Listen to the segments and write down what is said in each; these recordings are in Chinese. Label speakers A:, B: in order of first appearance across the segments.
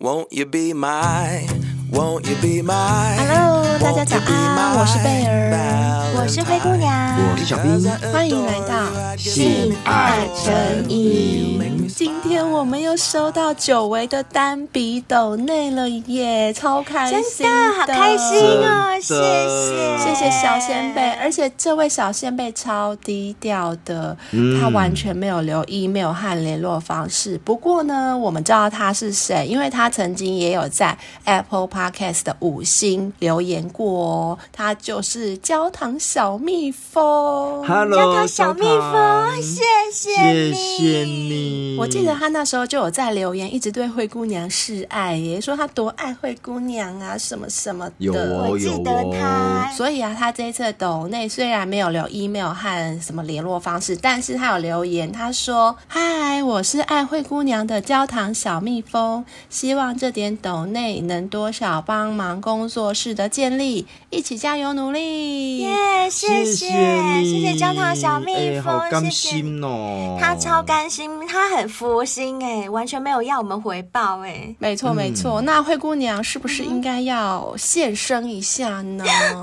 A: Won't you be my? Won't you be my?
B: Hello，大家早
A: Won't you be
B: 安，
A: my
B: 我是贝儿，
A: Valentine？
B: 我是灰姑娘，
C: 我是小兵，
B: 欢迎来到
C: 性爱
B: 成瘾。今天我们又收到久违的单笔抖内了耶，超开
D: 真
B: 心
D: 的好开心哦，谢
C: 真的
D: 谢
B: 谢谢小先辈，而且这位小先辈超低调的，他完全没有留 email 和联络方式。不过呢，我们知道他是谁，因为他曾经也有在 Apple Podcast 的五星留言过哦。他就是焦糖小蜜蜂。
D: 叫
C: Hello，
D: 他小蜜蜂，谢谢
C: 谢
D: 你，
C: 谢你。
B: 我记得他那时候就有在留言，一直对灰姑娘示爱耶，说他多爱灰姑娘啊，什么什么的。
C: 有哦，
D: 我
C: 有
D: 记得
C: 哦
D: 他，
B: 所以啊，他这一次的抖内虽然没有留 email 和什么联络方式，但是他有留言，他说：“嗨，我是爱灰姑娘的焦糖小蜜蜂，希望这点抖内能多少帮忙工作室的建立，一起加油努力。
D: 耶，谢
C: 谢
D: 谢
C: 你，
D: 谢焦糖小蜜
C: 哎好
D: 蜂，
C: 甘
D: 谢谢。
C: 心哦，
D: 他超。甘心，他很佛心哎，完全没有要我们回报哎。
B: 没错，没错。那灰姑娘是不是应该要现身一下呢？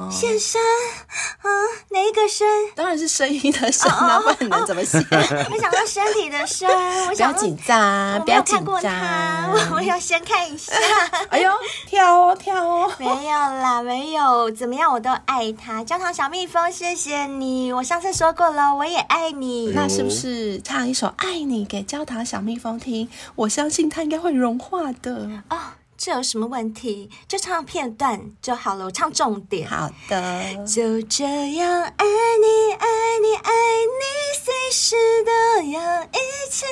D: 现身啊，哪一个身？
B: 当然是声音的声
D: 哦
B: 啊，不然能怎么写？
D: 我想到身体的身，哦我
B: 不要
D: 想
B: 紧
D: 到。我
B: 张，不
D: 没
B: 要
D: 有
B: 紧
D: 看过他，
B: 张。
D: 我要先看一下。
B: 哎呦，跳哦，跳哦。
D: 没有啦，没有，怎么样我都爱他。焦糖小蜜蜂，谢谢你，我上次说过了，我也爱你。
B: 那是不是唱一首《爱你》给焦糖小蜜蜂听？我相信它应该会融化的。
D: 哦，这有什么问题？就唱片段就好了，我唱重点。
B: 好的，
D: 就这样爱你，爱你，爱你，随时都要一起。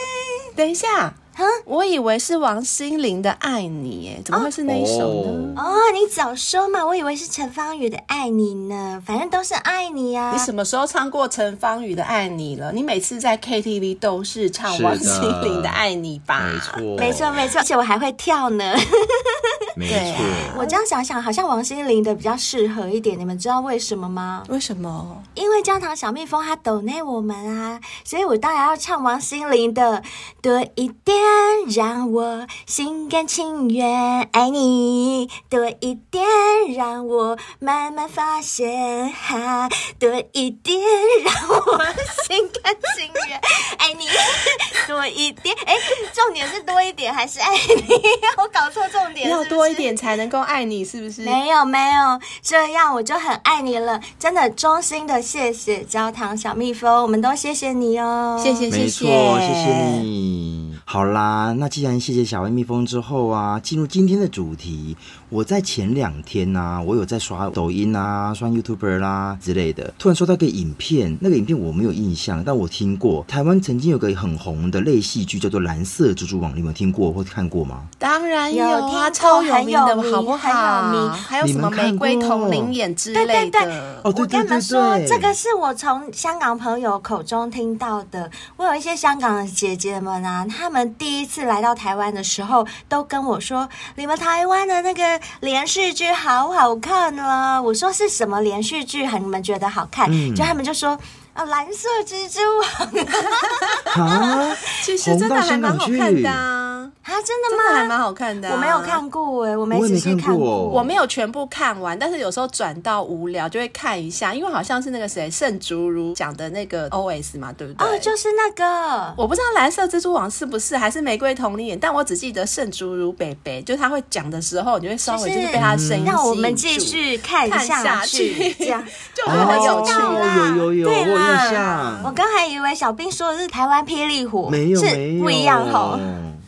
B: 等一下，我以为是王心凌的《爱你》耶，怎么会是那一首呢？
D: 哦，你早说嘛，我以为是陈芳宇的《爱你》呢，反正都是爱你啊
B: 你。什么时候唱过陈芳宇的《爱你》了？你每次在 KTV 都是唱
C: 是的
B: 王心凌的《爱你》吧？
C: 没错，
D: 没错，没错，而且我还会跳呢。
C: 没
B: 对
C: 错。
D: 我这样想想，好像王心凌的比较适合一点，你们知道为什么吗？
B: 为什么？
D: 因为焦糖小蜜蜂它抖内我们啊，所以我当然要唱王心凌的《多一点让我心甘情愿爱你》，多一点让我慢慢发现哈，多一点让我心甘情愿爱 你，多一点哎，重点是多一点还是爱你？ 我搞错重点是不
B: 要
D: 是
B: 多一点才能够爱你，是不是？
D: 没有没有，这样我就很爱你了，真的衷心的谢谢焦糖小蜜蜂，我们都谢谢你哦，
B: 谢谢，
C: 没
B: 谢谢，
C: 错，谢谢。你。好啦，那既然谢谢小薇蜜蜂之后啊，进入今天的主题，我在前两天呢、啊，我有在刷抖音啊，刷 YouTuber 啦、之类的，突然刷到一个影片，那个影片我没有印象，但我听过，台湾曾经有个很红的类戏剧叫做《蓝色蜘蛛网》，你们有听过或看过吗？
B: 当然有
D: 有
B: 啊，
D: 听
B: 超
D: 过
B: 有名
D: 很有
B: 的，
D: 名
B: 好不好？
D: 很有名
B: 还有
C: 你
B: 什
C: 们
B: 么玫瑰
C: 看过
B: 同林眼之
D: 对对
B: 类的。
D: 对
C: 哦，对
D: 我
C: 对
D: 跟你
C: 对
D: 们说，
C: 对，
D: 这个是我从香港朋友口中听到的。我有一些香港的姐姐们啊，她们第一次来到台湾的时候，都跟我说：“你们台湾的那个连续剧好好看啊！”我说：“是什么连续剧？很你们觉得好看？”
C: 嗯
D: 就他们就说：“啊，蓝色蜘蛛 网
C: 啊，
B: 其实真的还蛮好看的、啊，
D: 啊，真的
B: 真
D: 吗？
B: 的还蛮好看的、啊
D: 我没有，看过哎、我没
C: 我也
D: 仔
C: 没
D: 细
C: 看
D: 看
C: 过
B: 我没有全部看完，但是有时候转到无聊就会看一下，因为好像是那个谁盛竹如讲的那个 OS 嘛，对不对？
D: 哦，就是那个，
B: 我不知道蓝色蜘蛛网是不是还是玫瑰同林眼，但我只记得盛竹如北北，就是他会讲的时候，你会稍微就是被他的声音、吸
D: 让我
B: 引
D: 们
B: 住
D: 继续看
B: 看
D: 哎下
B: 去，
D: 这 样。哦
B: 就会很有趣
D: 道啦
C: 哦，有有有，我
D: 对
C: 有
D: 啦
C: 印象。
D: 我刚还以为小兵说的是台湾霹雳虎，
C: 没有，
D: 是
C: 没有
D: 不一样吼。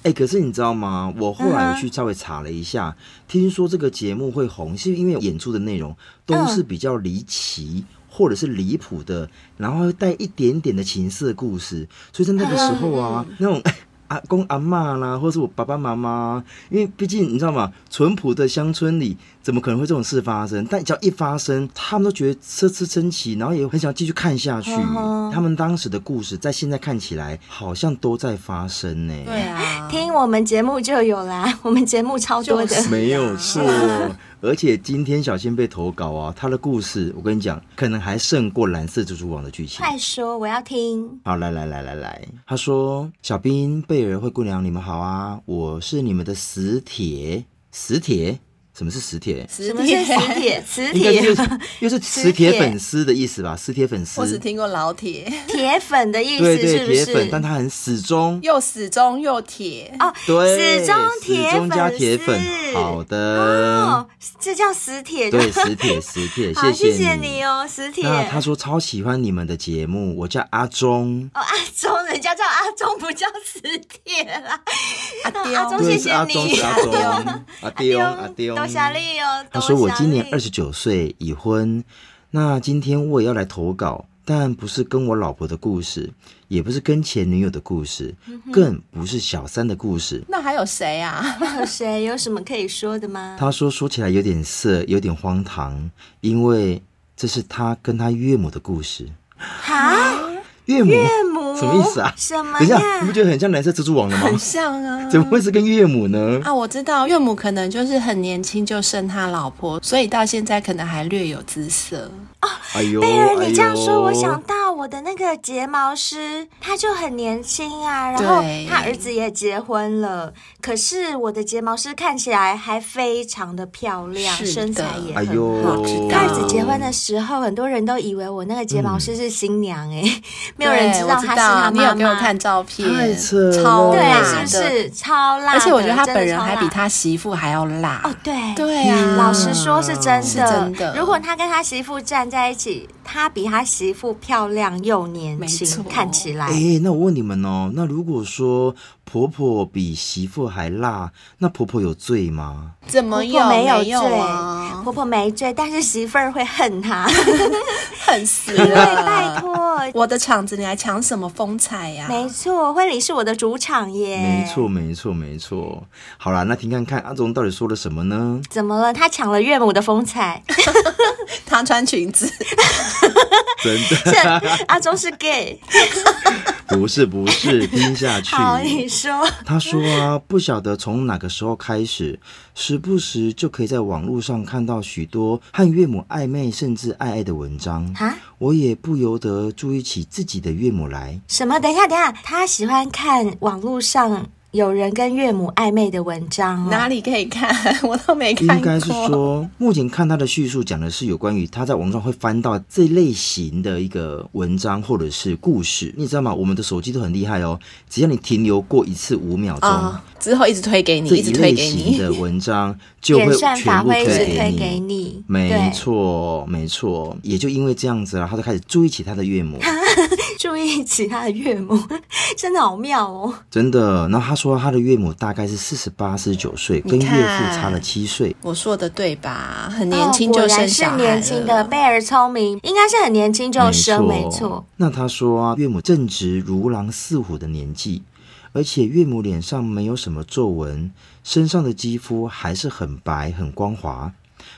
C: 哎、可是你知道吗？我后
D: 嗯
C: 来
D: 哼
C: 去稍微查了一下，听说这个节目会红，是因为演出的内容都是比较离奇。或者是离谱的，然后会带一点点的情色故事，所以在那个时候啊，那种 阿公阿嬷啦，或者是我爸爸妈妈，因为毕竟你知道吗？淳朴的乡村里，怎么可能会这种事发生？但只要一发生，他们都觉得啧啧称奇，然后也很想继续看下去。
D: 嗯哼
C: 他们当时的故事，在现在看起来好像都在发生呢、
B: 对啊，
D: 听我们节目就有啦， 我们节目超多的。
B: 就 是
C: 没有错。而且今天小仙贝投稿啊，他的故事我跟你讲，可能还胜过蓝色蜘蛛网的剧情。
D: 快说，我要听。
C: 好，来来来来来，他说：“小兵、贝尔、灰姑娘，你们好啊，我是你们的磁铁，磁铁，什么是磁铁？
B: 磁
D: 什么是磁
B: 铁，
D: 铁？磁
C: 应该
D: 铁
C: 就，是又是磁铁粉丝的意思吧？磁铁粉丝
B: 我，只听过老铁，
D: 铁粉的意
C: 对
D: 思
C: 对，
D: 是不
C: 铁粉，但
D: 是？
C: 他很死忠，
B: 又死忠又铁，
D: 哦，
C: 对，
D: 死忠铁
C: 死忠加铁粉
D: 丝，
C: 好的，
D: 哦，这叫磁铁。
C: 对，磁铁，磁 铁，
D: 好，谢
C: 谢
D: 你。哦，磁铁。
C: 那他说超喜欢你们的节目，我叫阿忠，
D: 哦，阿 忠，人家叫阿忠，不叫磁铁啦。
B: 阿
D: 那啊
B: 刁
D: 阿忠，谢
C: 对，
D: 谢
C: 是阿忠，
D: 你
C: 是，阿忠，阿丢，阿丢，
D: 董小丽哦。
C: 他说我
D: 董小
C: 今年
D: 丽
C: 二十九岁，已婚。那今天我也要来投稿，但不是跟我老婆的故事，也不是跟前女友的故事，更不是小三的故事。
B: 那还有谁啊？
D: 还有谁有什么可以说的吗？
C: 他说说起来有点色，有点荒唐，因为这是他跟他岳母的故事。
D: 哈，
C: 岳母
D: 啊岳母
C: 什么意思啊？
D: 什么
C: 等一
D: 呀？
C: 下，你不觉得很像蓝色蜘蛛网了吗
B: 很？像啊。
C: 怎么会是跟岳母呢？
B: 啊，我知道岳母可能就是很年轻就生他老婆，所以到现在可能还略有姿色。
C: 哎呦，
D: 贝尔，你这样
C: 哎呦
D: 说，我想到我的那个睫毛师，他就很年轻啊，然后
B: 对
D: 他儿子也结婚了，可是我的睫毛师看起来还非常的漂亮，
B: 是的
D: 身材也
C: 哎
D: 很
C: 呦，
D: 好。
B: 我知
D: 他
B: 道
D: 儿子结婚的时候，很多人都以为我那个睫毛师是新娘哎、没有人
B: 嗯对
D: 知道
B: 我
D: 她是他妈
B: 你有给我
D: 妈。
B: 看照片，
C: 太扯了
B: 超
D: 对
B: 辣
D: 啊，
B: 的，
D: 是不是超辣的？
B: 而且我觉得他
D: 真的
B: 本人
D: 超
B: 还比
D: 辣
B: 他媳妇还要辣。
D: 哦，对
B: 对啊，
D: 老实说是真的，
B: 是真的
D: 如果他跟他媳妇站在一起，他比他媳妇漂亮又年
B: 没错
D: 轻，看起来。
C: 哎、那我问你们哦，那如果说婆婆比媳妇还辣，那婆婆有罪吗？
B: 怎么
D: 婆
B: 有
D: 婆没有罪，
B: 有啊？
D: 婆婆没罪，但是媳妇儿会恨 他。
B: 恨死
D: 对，
B: 了！
D: 拜，托，
B: 我的场子你来抢什么风采呀、
D: 没错，婚礼是我的主场耶。
C: 没错，，没错，没错。好啦，那听看看阿忠到底说了什么呢？
D: 怎么了？他抢了岳母的风采。
B: 她穿裙子，
C: 真的
D: 这阿忠是 gay。
C: 不是，不是，听下去。
D: 好，你说。
C: 他说啊，不晓得从哪个时候开始，时不时就可以在网络上看到许多和岳母暧昧甚至爱爱的文章，
D: 啊？
C: 我也不由得注意起自己的岳母来。
D: 什么？等一下，等一下，他喜欢看网络上有人跟岳母暧昧的文章、哦。
B: 哪里可以看？我都没看过。
C: 应该是说，目前看他的叙述讲的是有关于他在网上会翻到这类型的一个文章或者是故事，你知道吗？我们的手机都很厉害哦，只要你停留过一次五秒钟，
B: 啊、之后一直推给你，
C: 这
B: 一
C: 一
B: 直推
C: 类
B: 给
C: 型
B: 你。
C: 的文章 就
D: 演
C: 会
D: 算法
C: 全部
D: 会一直推
C: 给
D: 给
C: 你。
D: 你，
C: 没
D: 对，
C: 错，没错，也就因为这样子啊，他就开始注意起他的岳母，
D: 注意起他的岳母， 真的好妙哦。
C: 真的。然后他说他的岳母大概是四十八、四十九岁，跟
B: 你
C: 岳
B: 看
C: 父差了七岁。
B: 我说的对吧？很年轻就
D: 哦果
B: 生
D: 然是
B: 小孩了。
D: 年轻的贝尔聪明，应该是很年轻就生，没错。。
C: 那他说啊，岳母正值如狼似虎的年纪，而且岳母脸上没有什么皱纹，身上的肌肤还是很白很光滑，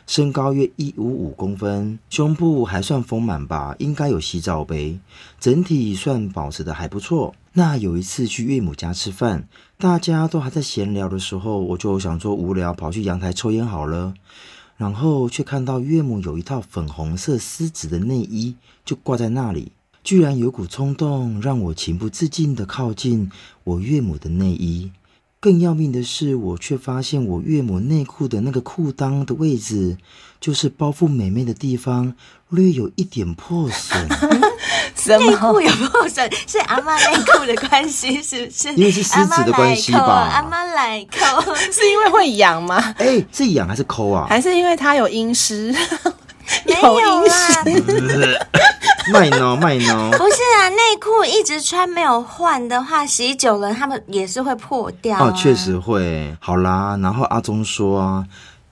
C: 身高约一五五公分，胸部还算丰满吧，应该有洗澡杯，整体算保持的还不错。那有一次去岳母家吃饭，大家都还在闲聊的时候，我就想说无聊，跑去阳台抽烟好了。然后却看到岳母有一套粉红色丝质的内衣，就挂在那里，居然有股冲动让我情不自禁地靠近我岳母的内衣。更要命的是，我却发现我岳母内裤的那个裤裆的位置，就是包覆美妹的地方，略有一点破损，
B: 什
D: 内
B: 么？
D: 裤有破损， 是阿妈内裤的关系，是不是？
C: 因为是狮子的关系吧
D: 阿妈来扣，阿妈来扣。
B: 是因为会痒吗？
C: 哎，是痒还是抠啊？
B: 还是因为他有阴湿？
D: 没有
B: 阴
D: 啦，
B: 湿？
C: 卖孬卖孬。
D: 不是啊，内裤一直穿没有换的话，洗久了他们也是会破掉、啊。
C: 哦，确实会。好啦，然后阿忠说啊，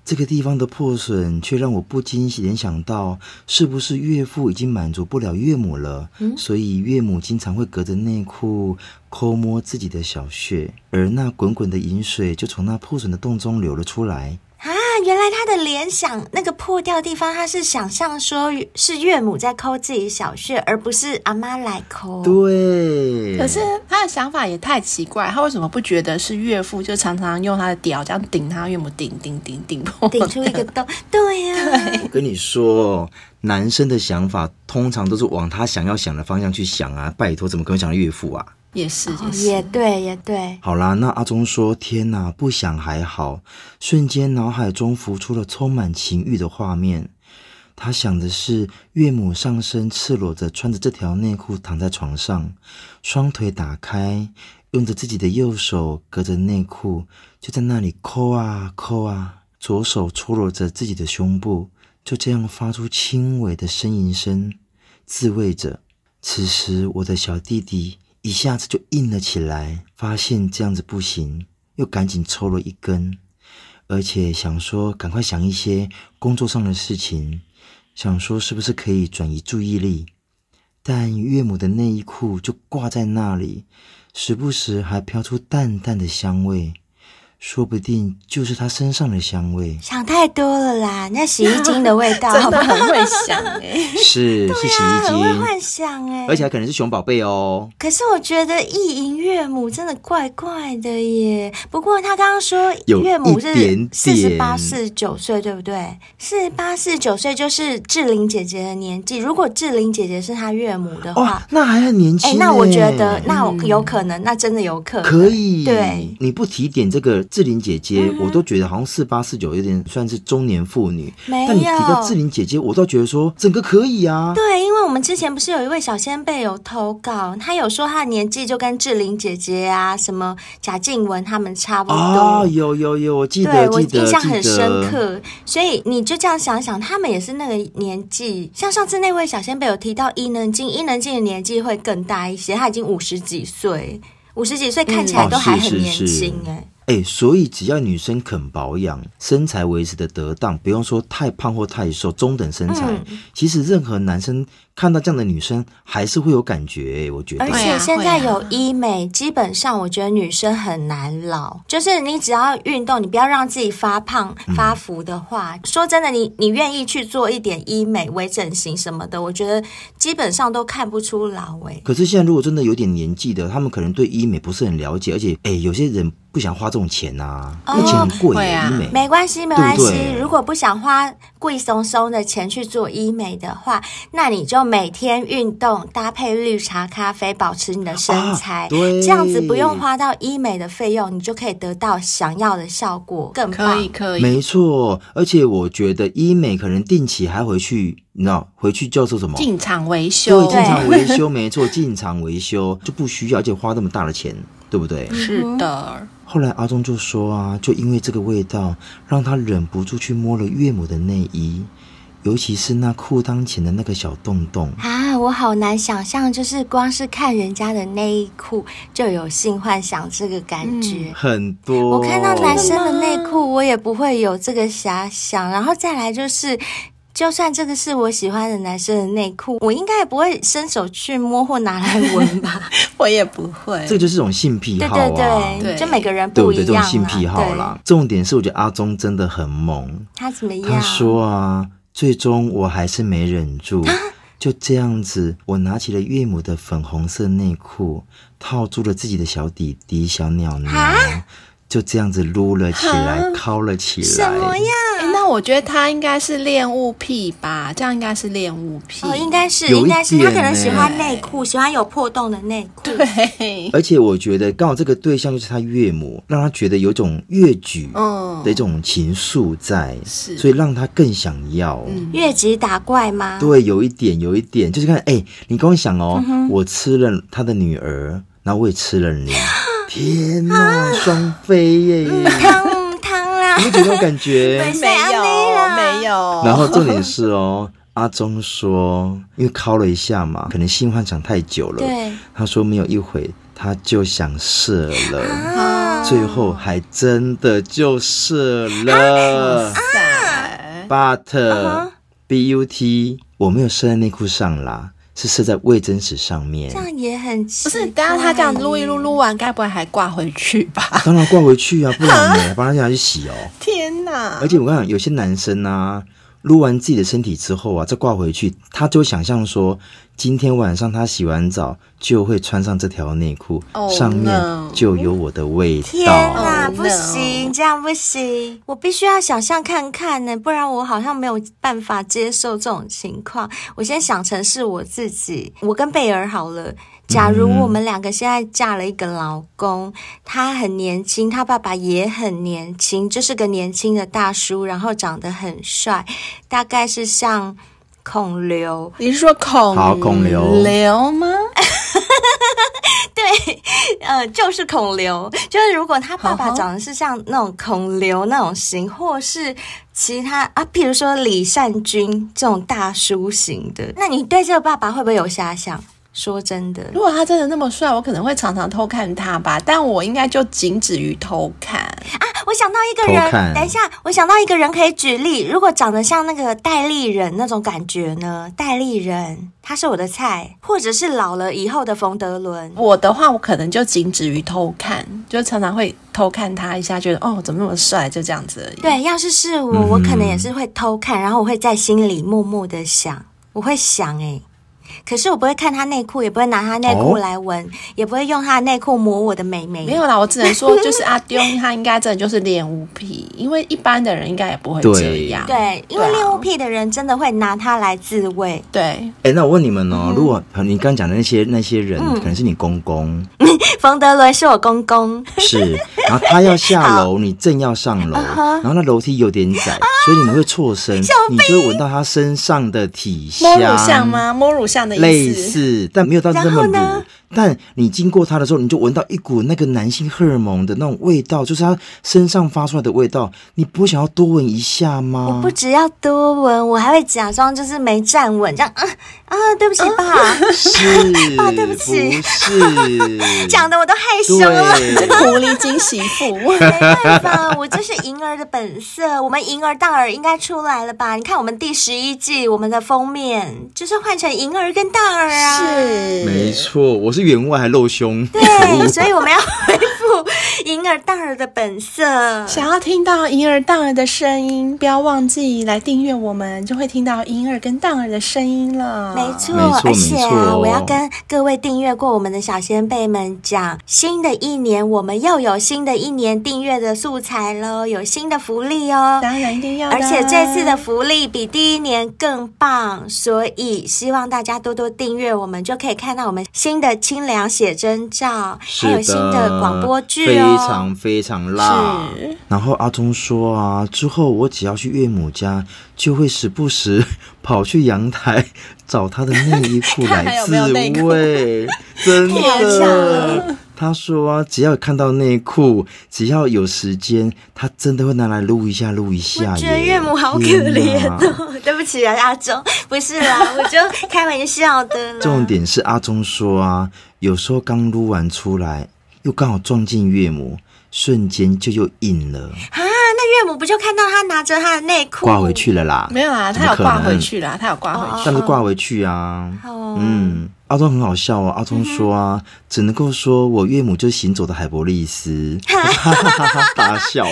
C: 这个地方的破损却让我不禁联想到，是不是岳父已经满足不了岳母了？
B: 嗯
C: 所以岳母经常会隔着内裤抠摸自己的小穴，而那滚滚的饮水就从那破损的洞中流了出来。
D: 啊，原来他的脸想那个破掉的地方，他是想象说是岳母在抠自己小穴，而不是阿妈来抠。
C: 对，
B: 哦可是他的想法也太奇怪，他为什么不觉得是岳父就常常用他的屌这样顶他岳母，顶顶顶顶破？
D: 顶出一个洞，对啊呀、
B: 哎
C: 我跟你说，男生的想法通常都是往他想要想的方向去想啊，拜托，怎么可能想到岳父啊？
B: 也是
D: 哦
B: 也是，
D: 也对，也对，。
C: 好啦，那阿忠说：“天哪，不想还好。”瞬间脑海中浮出了充满情欲的画面。他想的是岳母上身赤裸着，穿着这条内裤躺在床上，双腿打开，用着自己的右手隔着内裤，就在那里抠啊抠啊，左手搓揉着自己的胸部，就这样发出轻微的呻吟声，自慰着。此时，我的小弟弟一下子就硬了起来，发现这样子不行，又赶紧抽了一根，而且想说赶快想一些工作上的事情，想说是不是可以转移注意力。但岳母的内衣裤就挂在那里，时不时还飘出淡淡的香味，说不定就是她身上的香味
D: 想太多了啦，那洗衣精的味 道，
B: 真
D: 好不
B: 的
D: 好？
B: 很会想哎、
C: 是、是洗
D: 啊
C: 衣
D: 很会
C: 精，
D: 幻想哎、
C: 而且还可能是熊宝贝哦。
D: 可是我觉得意淫岳母真的怪怪的耶。不过他刚刚说
C: 有
D: 岳母
C: 一
D: 是
C: 点
D: 四十
C: 点
D: 八、四十九岁，对不对？四十八、四十九岁就是志玲姐姐的年纪。如果志玲姐姐是她岳母的
C: 哇
D: 话，，
C: 那还很年轻
D: 哎、
C: 呢、
D: 那我觉得那我有可能，那真的有可能
C: 可以，
D: 对，嗯
C: 你不提点这个志玲姐姐，我都觉得好像四八四九有点算是中年妇女。
D: 没有
C: 但你提到志玲姐姐，我倒觉得说整个可以啊。
D: 对，因为我们之前不是有一位小先辈有投稿，他有说他的年纪就跟志玲姐姐啊、什么贾静雯他们差不多。
C: 啊、有有有，我记
D: 对
C: 得
D: 我
C: 记得
D: 印象很
C: 记得
D: 深刻，所以你就这样想想，他们也是那个年纪。像上次那位小先辈有提到伊能静，伊能静的年纪会更大一些，她已经五十几岁，五十几岁看起来
C: 哦
D: 都还很
C: 是是
D: 年
C: 是
D: 轻哎、
C: 哎，所以只要女生肯保养，身材维持的得当，不用说太胖或太瘦，中等身材，
D: 嗯
C: 其实任何男生看到这样的女生还是会有感觉、哎我觉得
D: 而。
B: 会
D: 且
B: 啊
D: 现
B: 会
D: 在
B: 啊
D: 有医美，基本上我觉得女生很难老，就是你只要运动，你不要让自己发胖
C: 嗯
D: 发福的话，说真的，你你愿意去做一点医美、微整形什么的，我觉得基本上都看不出老哎诶、
C: 可是现在如果真的有点年纪的，他们可能对医美不是很了解，而且哎、有些人不想花这种钱呐、
D: 哦
C: 那钱很贵耶、
B: 会啊
C: 医美。
D: 没关系，没关
C: 对
D: 系
C: 不对。
D: 如果不想花贵松松的钱去做医美的话，那你就每天运动，搭配绿茶咖啡，保持你的身材。
C: 啊对
D: 这样子不用花到医美的费用，你就可以得到想要的效果，更
B: 可
D: 棒
B: 以。可以，
C: 没错，而且我觉得医美可能定期还回去，你知道，回去叫做什么？
B: 进场维
C: 对，
B: 修，
C: 进场维修，没错，进场维修就不需要，而且花那么大的钱，对不对？
D: 嗯
B: 是的，
C: 后来阿忠就说啊，就因为这个味道，让他忍不住去摸了岳母的内衣，尤其是那裤裆前的那个小洞洞。
D: 啊，我好难想象，就是光是看人家的内衣裤就有性幻想这个感觉。
C: 很多，
D: 我看到男生的内裤，我也不会有这个遐想。然后再来就是，就算这个是我喜欢的男生的内裤，我应该也不会伸手去摸或拿来闻吧？
B: 我也不会
C: 这。个就是一种性癖
D: 对
C: 好啊，
D: 对对，
B: 对
D: 就每个人
C: 对
D: 不
C: 不
D: 一
C: 对？
D: 样啊
C: 这种
D: 啦
C: 性癖好啦。重点是我觉得阿忠真的很猛，
D: 对他怎么样？
C: 他说啊，最终我还是没忍住，
D: 啊
C: 就这样子，我拿起了岳母的粉红色内裤，套住了自己的小底底小鸟鸟，
D: 啊
C: 就这样子撸了起来，敲了起来，
D: 什么呀？
B: 诶哎那我觉得他应该是恋物癖吧，这样应该是恋物癖。
D: 哦，应该是，
C: 有一
D: 应该是他可能
C: 点
D: 喜
C: 呢
D: 欢内裤，喜欢有破洞的内裤。
B: 对，
C: 而且我觉得刚好这个对象就是他岳母，让他觉得有种越举
D: 哦
B: 嗯
C: 的一种情愫在，
B: 是
C: 所以让他更想要。
D: 越级打怪吗？
C: 对，有一点，有一点，就是看，哎、你跟我想
D: 嗯
C: 哦，我吃了他的女儿，然后我也吃 了你，天哪，双飞耶！你
D: 汤汤啦，
C: 会觉得那种 感觉？
D: 没有
B: 没有，
C: 然后重点是哦，阿忠说，因为敲了一下嘛，可能性幻想太久了，
D: 对
C: 他说没有一会他就想射了，
D: 啊，
B: 嗯
C: 最后还真的就射
D: 啊
C: 了。
B: 塞
D: 嗯
C: but、but 我没有射在内裤上啦，是设在未真实上面
D: 这。样也很奇
B: 不是，
D: 怪
B: 等下他这样录一录，录完该不会还挂回去吧？
C: 当然挂回去 啊，不然呢？不然拿去洗哦。
B: 天
D: 啊
B: 哪！
C: 而且我跟你讲，有些男生啊，撸完自己的身体之后啊，再挂回去，他就会想象说，今天晚上他洗完澡就会穿上这条内裤
B: Oh,
C: 上面
B: no.
C: 就有我的味
D: 天
C: 道。
D: 哪，
B: Oh,
D: 不
B: no
D: 行，这样不行，我必须要想象看看呢，不然我好像没有办法接受这种情况。我先想成是我自己，我跟贝尔好了。假如我们两个现在嫁了一个老公，他很年轻，他爸爸也很年轻，就是个年轻的大叔，然后长得很帅，大概是像孔刘，
B: 你是说孔
C: 好孔刘
B: 刘吗？哎
D: 呃，就是孔刘，就是如果他爸爸
B: 好好
D: 长得是像那种孔刘那种型，或是其他啊，譬如说李善均这种大叔型的，那你对这个爸爸会不会有遐想？说真的，
B: 如果他真的那么帅，我可能会常常偷看他吧，但我应该就仅止于偷看。
D: 啊我想到一个
C: 偷
D: 人，
C: 看
D: 等一下，我想到一个人可以举例，如果长得像那个戴立人那种感觉呢？戴立人，他是我的菜，或者是老了以后的冯德伦。
B: 我的话，我可能就仅止于偷看，就常常会偷看他一下，觉得哦，怎么那么帅，就这样子而已。
D: 对，要是是我，我可能也是会偷看，然后我会在心里默默的想，我会想诶、可是我不会看他内裤，也不会拿他内裤
C: 哦
D: 来闻，也不会用他的内裤抹我的美眉。
B: 没有啦，我只能说，就是阿丢他应该真的就是恋物癖，因为一般的人应该也不会
C: 对
B: 这样。
D: 对，因为
B: 对啊
D: 恋物癖的人真的会拿它来自慰。
B: 对，
C: 哎、那我问你们哦，如果你刚讲的那些那些人，
D: 嗯
C: 可能是你公公，
D: 冯德伦是我公公，
C: 是，然后他要下楼，你正要上
D: 啊
C: 楼，然后那楼梯有点窄，所以你们会错身，你就会闻到他身上的体
B: 摸乳像
C: 香。
B: 吗？摸乳像的
C: 类
B: 意思。
C: 似，但没有到那
D: 然
C: 么
D: 后
C: 乳
D: 呢。
C: 但你经过他的时候，你就闻到一股那个男性荷尔蒙的那种味道，就是他身上发出来的味道。你不会想要多闻一下吗？
D: 不只要多闻，我还会假装就是没站稳，这样啊啊，对不起爸，
C: 是，
D: 啊对不起
C: 是
D: 讲的我都害羞了。
C: 对，
B: 狐狸精媳 妇，
D: 没办法，我就是银儿的本色。我们银儿大耳应该出来了吧？你看我们第十一季，我们的封面就是换成银儿跟大耳啊。。
B: 是
C: 没错，我是员外还露胸，可
D: 对，
C: 恶
D: 所以我们要恢复银儿大耳的本色。
B: 想要听到银耳荡儿的声音，不要忘记来订阅我们，就会听到银耳跟荡儿的声音了。
D: 没错，
C: 没错
D: 而且
C: 没
D: 啊，
C: 错
D: 我要跟各位订阅过我们的小先辈们讲，新的一年我们又有新的一年订阅的素材喽，有新的福利哦。
B: 当然一定要的。
D: 而且这次的福利比第一年更棒，所以希望大家多多订阅，我们就可以看到我们新的清凉写真照，还有新的广播剧
C: 非
D: 哦。
C: 常非常辣。然后阿忠说啊，之后我只要去岳母家，就会时不时 跑去阳台找她的内衣 裤
B: 看还
C: 来
B: 有
C: 自
B: 没有内裤
C: 慰，真
D: 天
C: 的
D: 哪。
C: 他说啊，只要看到内裤，只要有时间，他真的会拿来撸一下，撸一下耶。
D: 我觉得岳母好可怜
C: 天哪
D: 哦，对不起啊，阿忠，不是 啦，我就开玩笑的啦。
C: 重点是阿忠说啊，有时候刚撸完出来，又刚好撞进岳母，瞬间就又硬了，
D: 啊，那岳母不就看到他拿着他的内裤
C: 挂回？去了啦。
B: 没有啦，
C: 怎么
B: 他有
C: 可
B: 挂
C: 能
B: 回去啦，他有挂回去。
C: 但是挂回去啊。
D: 哦，
C: 嗯，阿忠很好笑哦。阿忠说
B: 嗯
C: 啊，只能够说我岳母就是行走的海伯利 斯， 哈哈哈哈大笑。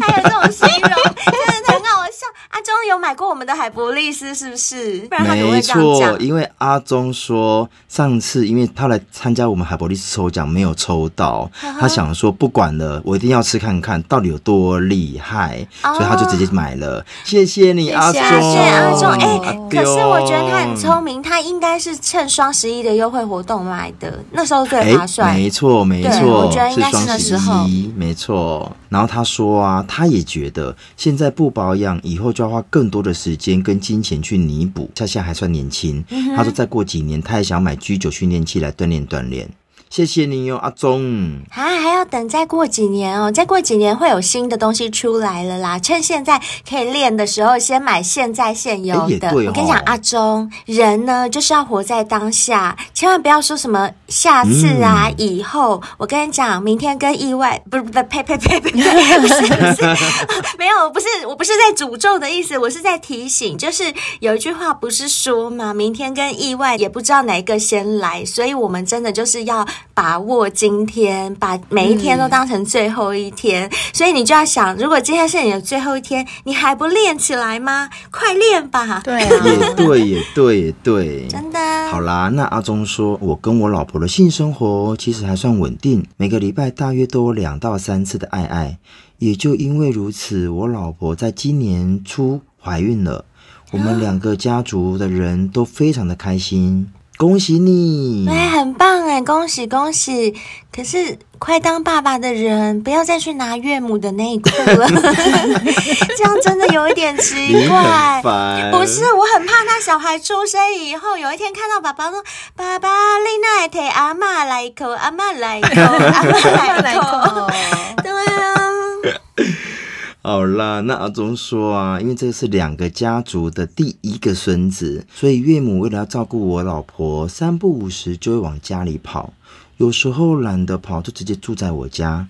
D: 还有这种形容，真的很好笑。阿忠有买过我们的海博利斯是不是？不然他怎么
C: 没
D: 会这样
C: 错，
D: 讲？
C: 因为阿忠说上次因为他来参加我们海博利斯抽奖没有抽到，他想说不管了，我一定要吃看看到底有多厉害，
D: 哦
C: 所以他就直接买了。谢谢你，阿忠，
B: 谢
D: 对
B: 谢
D: 阿忠，哎、
B: 哦
C: 啊
D: 可是我觉得他很
C: 聪
D: 聪明，他应该是趁双十一的优惠活动买的，那时候最
C: 哎
D: 划，算。
C: 没错，没
D: 对我
C: 错
D: 觉得，应该是
C: 双
D: 那
C: 十
D: 时候
C: 一，没错。然后他说啊，他也觉得现在不保养，以后就要花更多的时间跟金钱去弥
D: 嗯
C: 补。他现在还算年轻，他说再过几年，他也想买 G 九训练器来锻炼锻炼。谢谢你哦哟、阿 忠。
D: 啊，还要等再过几年哦，再过几年会有新的东西出来了啦。趁现在可以练的时候，先买现在现有
C: 哎也
D: 的。
C: 对哦
D: 我跟你讲，阿忠，人呢就是要活在当下，千万不要说什么下次
C: 嗯
D: 啊、以后。我跟你讲，明天跟意外，不是不是，呸呸呸呸，呸不是不是， 没有，不是，我不是在诅咒的意思，我是在提醒，就是有一句话不是说嘛，明天跟意外也不知道哪一个先来，所以我们真的就是要把握今天，把每一天都当成最后一天。所以你就要想，如果今天是你的最后一天，你还不练起来吗？快练吧，
B: 对 啊，
C: 也对，也对，也对。
D: 真的。
C: 好啦，那阿忠说，我跟我老婆的性生活其实还算稳定，每个礼拜大约都有两到三次的爱爱。也就因为如此，我老婆在今年初怀孕了，我们两个家族的人都非常的开心，恭喜你！
D: 对，很棒哎，恭喜恭喜！可是快当爸爸的人，不要再去拿岳母的内裤 了，这样真的有一点奇
C: 你
D: 怪
C: 很。烦，
D: 不是，我很怕他小孩出生以后，有一天看到爸爸说：“爸爸，你那提阿妈来口，阿妈来口，阿妈来口。
B: 哦”
D: 对啊。
C: 好啦，那阿忠说啊，因为这是两个家族的第一个孙子，所以岳母为了要照顾我老婆，三不五时就会往家里跑，有时候懒得跑，就直接住在我家。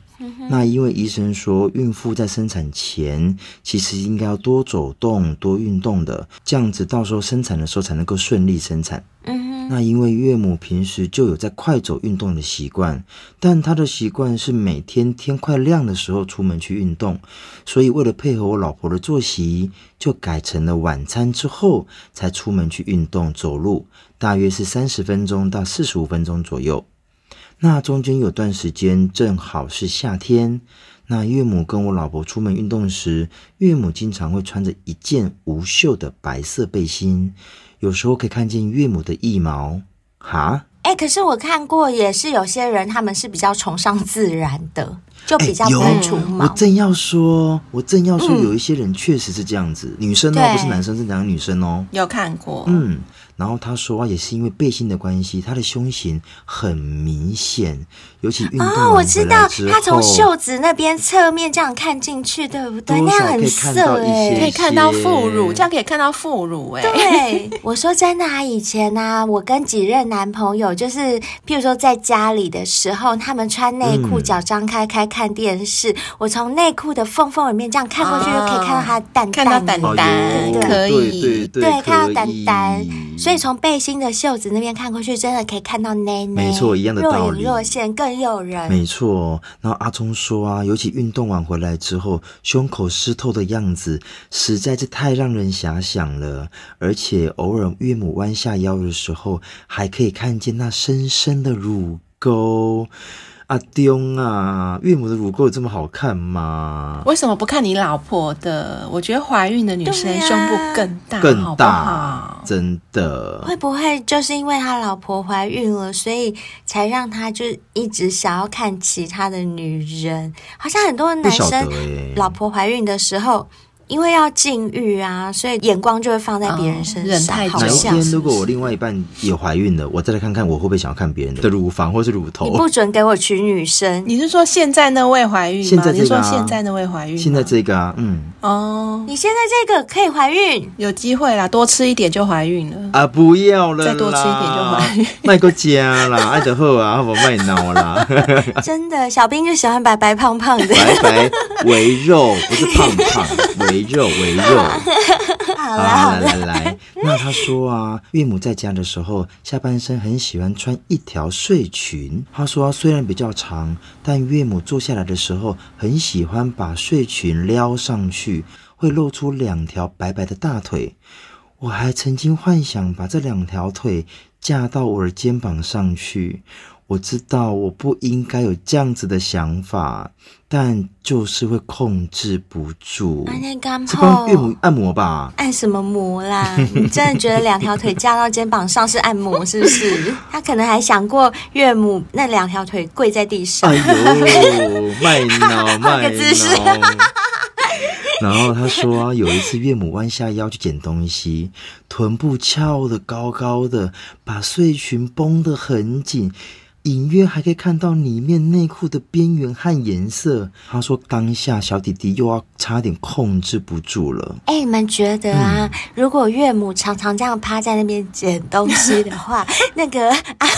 C: 那因为医生说，孕妇在生产前其实应该要多走动、多运动的，这样子到时候生产的时候才能够顺利生产。那因为岳母平时就有在快走运动的习惯，但她的习惯是每天天快亮的时候出门去运动，所以为了配合我老婆的作息，就改成了晚餐之后才出门去运动走路，大约是三十分钟到四十五分钟左右。那中间有段时间正好是夏天，那岳母跟我老婆出门运动时，岳母经常会穿着一件无袖的白色背心，有时候可以看见岳母的腋毛。哈，
D: 哎、可是我看过，也是有些人他们是比较崇尚自然的，就比较
C: 哎
D: 不会
C: 有
D: 除
C: 我
D: 毛。嗯
C: 正要说，我正要说，有一些人确实是这样子，女生哦，
D: 对
C: 不是男生，是讲女生哦。
B: 有看过，
C: 嗯，然后他说啊，也是因为背心的关系，他的胸型很明显，尤其运动
D: 哦，我
C: 完
D: 知
C: 回
D: 道
C: 来之，后，
D: 他从袖子那边侧面这样看进去，对不对？
C: 多
D: 那
C: 少
D: 样很色
C: 可以看到一
D: 哎、
C: 些啊
B: 可以看到副乳，这样可以看到副乳哎、
D: 对， 我说真的啊，以前呢、啊，我跟几任男朋友，就是譬如说在家里的时候，他们穿内裤，
C: 嗯
D: 脚张开开看电视，我从内裤的缝缝里面这样看过去，就可以看到他的蛋蛋，
B: 啊看到蛋
C: 哦
B: 蛋
C: 哟
B: 可以
C: 对对对
D: 对，看到
C: 可
D: 丹丹
C: 以，
D: 所以从背心的袖子那边看过去，真的可以看到奶奶，
C: 没错一样的道
D: 若
C: 理
D: 隐若现，更诱人。
C: 没错，然后阿忠说啊，尤其运动完回来之后，胸口湿透的样子实在是太让人遐想了。而且偶尔岳母弯下腰的时候，还可以看见那深深的乳沟。阿丢啊，岳母的乳沟有这么好看吗？
B: 为什么不看你老婆的？我觉得怀孕的女
D: 对
B: 生
D: 啊
B: 胸部更大，好
C: 更
B: 不
C: 大
B: 好，？
C: 真的。
D: 会不会就是因为他老婆怀孕了，所以才让他就一直想要看其他的女人？好像很多男
C: 不晓得
D: 生
C: 欸
D: 老婆怀孕的时候，因为要禁欲啊，所以眼光就会放在别人
B: 哦
D: 身
B: 忍
D: 上，
B: 太
D: 好
B: 久
C: 哪一
D: 像
C: 天
D: 是
C: 如果我另外一半也怀孕了，我再来看看我会不会想要看别人的乳房或是乳
D: 你
C: 头。
D: 不准给我娶女生，
B: 你是说现在那位怀孕吗？
C: 现在
B: 你
C: 这
B: 是
C: 个、
B: 说
C: 啊，
B: 现在那位怀孕吗？
C: 现在这个啊，嗯。
B: 哦，
D: 你现在这个可以怀 孕。
B: 有机会啦，多吃一点就怀孕了。
C: 啊，不要了啦，
B: 再多吃一点就好
C: 卖个家啦，爱的好啊，好不卖脑啦，
D: 真的，小兵就喜欢白白胖胖 的。
C: 白白围肉，不是胖胖，围肉围肉。
D: 好
C: 好
D: 了好了，
C: 啦，啊来 来来，那他说啊，岳母在家的时候，下半身很喜欢穿一条睡裙。他说、啊、虽然比较长，但岳母坐下来的时候，很喜欢把睡裙撩上去，会露出两条白白的大腿。我还曾经幻想把这两条腿架到我的肩膀上去。我知道我不应该有这样子的想法，但就是会控制不住。
D: 安内干
C: 是帮
D: 泡
C: 岳母按摩吧？
D: 按什么摩啦？你真的觉得两条腿架到肩膀上是按摩是不 是？他可能还想过岳母那两条腿跪在地上
C: 哎。 呦，卖脑卖
D: 换个姿 势
C: 脑。然后他说、啊，有一次岳母弯下腰去捡东西，臀部翘得高高的，把睡裙绷得很紧，隐约还可以看到里面内裤的边缘和颜色。他说当下小弟弟又要差点控制不住了。
D: 哎、你们觉得
B: 嗯
D: 啊，如果岳母常常这样趴在那边捡东西的 话，那个 阿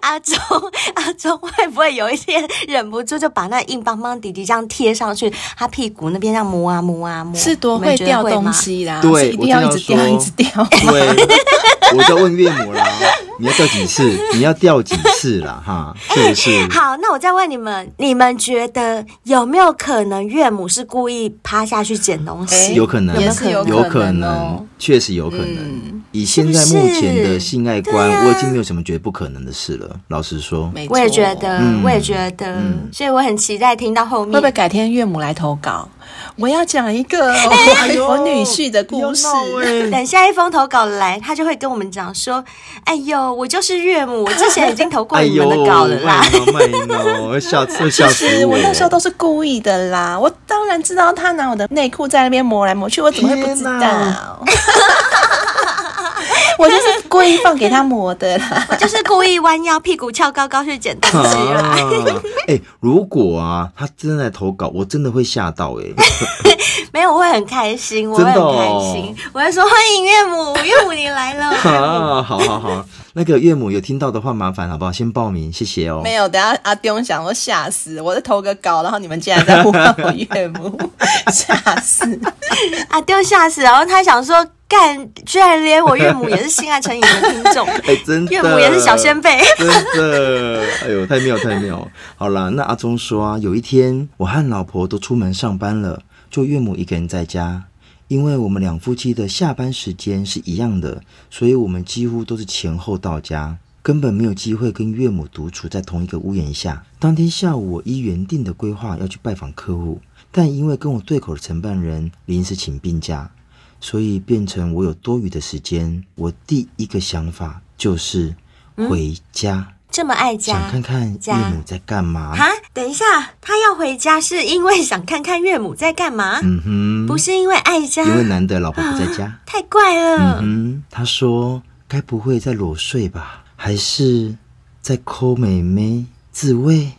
D: 阿忠阿忠会不会有一天忍不住就把那硬邦邦弟弟这样贴上去，他屁股那边这样磨啊磨啊磨？
B: 是多
D: 你们
B: 会
D: 觉得
B: 掉
D: 会
B: 东
D: 吗？
B: 西啦，
C: 嗯对
B: 是一定要一直
C: 我正
B: 掉，
C: 要
B: 一直掉。
C: 对， 我在问岳母啦，你要掉几次？你要掉几次啦？哈，是不是？
D: 好，那我再问你们，你们觉得有没有可能岳母是故意趴下去捡东西？
B: 哎
C: 有可能，
B: 也是有可能哦
C: 有可能，确实有可能。以现在
D: 是不
C: 目
D: 是
C: 前的性爱观，
D: 对啊
C: 我已经没有什么觉得不可能的事了。老实说，
B: 没错
D: 我也觉得，
C: 嗯
D: 我也觉得，所以我很期待听到后面。
B: 会不会改天岳母来投稿？我要讲一个我
C: 哎
B: 我女婿的故事。
D: 等下一封投稿来，他就会跟我们讲说：“哎呦，我就是岳母，我之前已经投过
C: 哎
D: 你
C: 呦，
D: 们的稿了啦。
C: 卖弄卖弄，笑死笑死
B: 是
C: 我！
B: 我那时候都是故意的啦，我当然知道他拿我的内裤在那边磨来磨去，我怎么会不知
C: 天
B: 道？ 我就是故意放给他磨的 啦。
D: 我就是故意弯腰，屁股翘高高去捡东 西啦。
C: 啊！哎、如果啊，他真的来投稿，我真的会吓到哎、
D: 没有，我会很开心，我会
C: 真的
D: 很开
C: 哦
D: 心，我会说欢迎岳母，岳母你来 了。
C: 啊，好好好，那个岳母有听到的话，麻烦好不好？先报名，谢谢哦。
B: 没有，等一下阿东想说吓死，我在投个稿，然后你们竟然在呼唤我岳母，吓死！
D: 啊，丢吓死！然后他想说，干，居然连我岳母也是性爱成瘾的听众，
C: 哎、 真的，
D: 岳母也是小先 辈。
C: 真的，哎呦，太妙太妙！好啦，那阿忠说啊，有一天我和老婆都出门上班了，就岳母一个人在家。因为我们两夫妻的下班时间是一样的，所以我们几乎都是前后到家，根本没有机会跟岳母独处在同一个屋檐下。当天下午，我依原定的规划要去拜访客户，但因为跟我对口的承办人临时请病假，所以变成我有多余的时间。我第一个想法就是回家，
D: 这么爱
C: 想
D: 嗯家
C: 看看
D: 家
C: 岳母在干嘛。
D: 啊？等一下，他要回家是因为想看看岳母在干嘛，
C: 嗯哼，
D: 不是啊因为爱家，
C: 因为难得老婆不在家。
D: 太怪了。
C: 嗯哼，他说该不会在裸睡吧？还是在抠美眉自慰？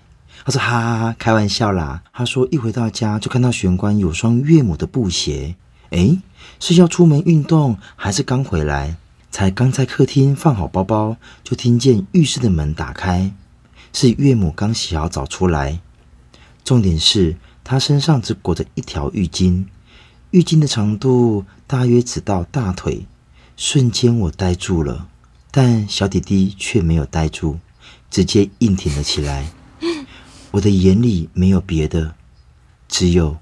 C: 他说哈哈哈，开玩笑啦。他说一回到家就看到玄关有双岳母的布鞋，诶，是要出门运动还是刚回来？才刚在客厅放好包包，就听见浴室的门打开，是岳母刚洗好澡出来。重点是她身上只裹着一条浴巾，浴巾的长度大约只到大腿，瞬间我呆住了，但小弟弟却没有呆住，直接硬挺了起来。我的眼里没有别的，只有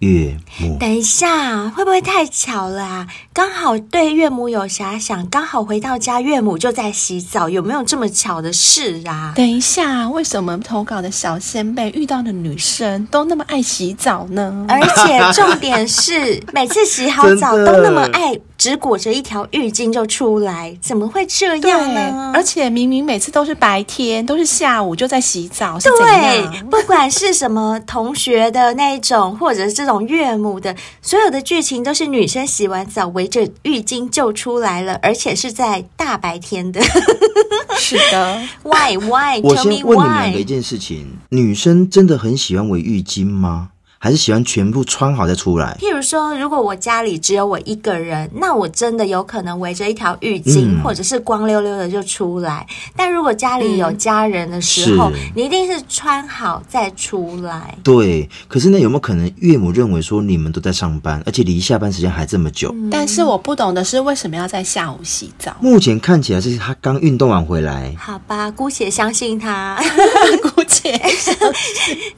C: 岳母。
D: 等一下，会不会太巧了啊？刚好对岳母有遐想，刚好回到家，岳母就在洗澡，有没有这么巧的事啊？
B: 等一下，为什么投稿的小先辈遇到的女生都那么爱洗澡呢？
D: 而且重点是，每次洗好澡
C: 真的
D: 都那么爱，只裹着一条浴巾就出来，怎么会这
B: 对
D: 样呢？，
B: 而且明明每次都是白天，都是下午就在洗澡，是怎
D: 对，
B: 样？
D: 不管是什么同学的那一种，或者是这种岳母的，所有的剧情都是女生洗完澡围着浴巾就出来了，而且是在大白 天的。
B: 是的，
D: why why？
C: 我
D: Tell
C: 先
D: me
C: 问你们两个一
D: why？
C: 件事情：女生真的很喜欢围浴巾吗？还是喜欢全部穿好再出来？
D: 譬如说，如果我家里只有我一个人，那我真的有可能围着一条浴巾，
C: 嗯
D: 或者是光溜溜的就出来。但如果家里有家人的时候，
C: 嗯是
D: 你一定是穿好再出来。
C: 对，可是那有没有可能岳母认为说你们都在上班，而且离下班时间还这么久？
D: 嗯
B: 但是我不懂的是，为什么要在下午洗 澡？
C: 目前看起来是她刚运动完回来，
D: 好吧，姑且相信他。
B: 姑且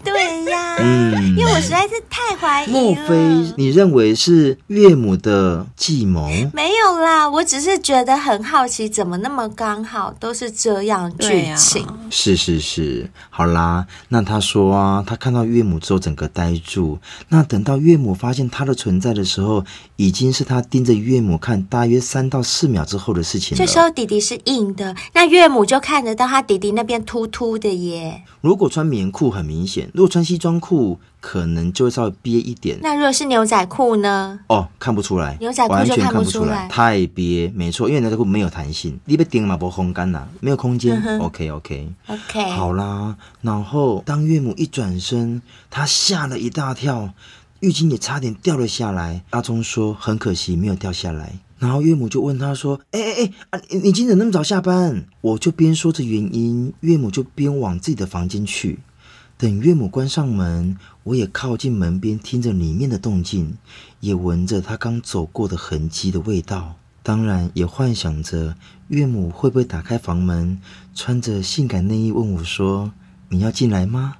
D: 对呀，
C: 嗯
D: 因为我实在是太怀疑了。
C: 莫非你认为是岳母的计谋？
D: 没有啦，我只是觉得很好奇，怎么那么刚好都是这样
B: 对
D: 剧
B: 呀
D: 情？
C: 是是是，好啦，那他说啊，他看到岳母之后整个呆住。那等到岳母发现他的存在的时候，已经是他盯着岳母看大约三到四秒之后的事情
D: 这时候
C: 了。
D: 弟弟是硬的，那岳母就看得到他弟弟那边突突的耶。
C: 如果穿棉裤很明显，如果穿西装裤可能就会稍微憋一点。
D: 那如果是牛仔裤呢？
C: 哦，看不出来，
D: 牛仔裤
C: 完
D: 就
C: 全
D: 看不
C: 不
D: 出来
C: 来，太憋，没错，因为牛仔裤没有弹性，你被顶嘛不烘干呐，没有空间。
D: 嗯哼哎
C: OK OK，
D: OK，
C: 好啦，然后当岳母一转身，她吓了一大跳，浴巾也差点掉了下来。阿忠说很可惜没有掉下来。然后岳母就问他说：“哎哎哎，啊，你你今天怎么那么早下班？”我就边说着原因，岳母就边往自己的房间去。等岳母关上门，我也靠近门边，听着里面的动静，也闻着她刚走过的痕迹的味道。当然，也幻想着岳母会不会打开房门，穿着性感内衣问我说：“你要进来吗？”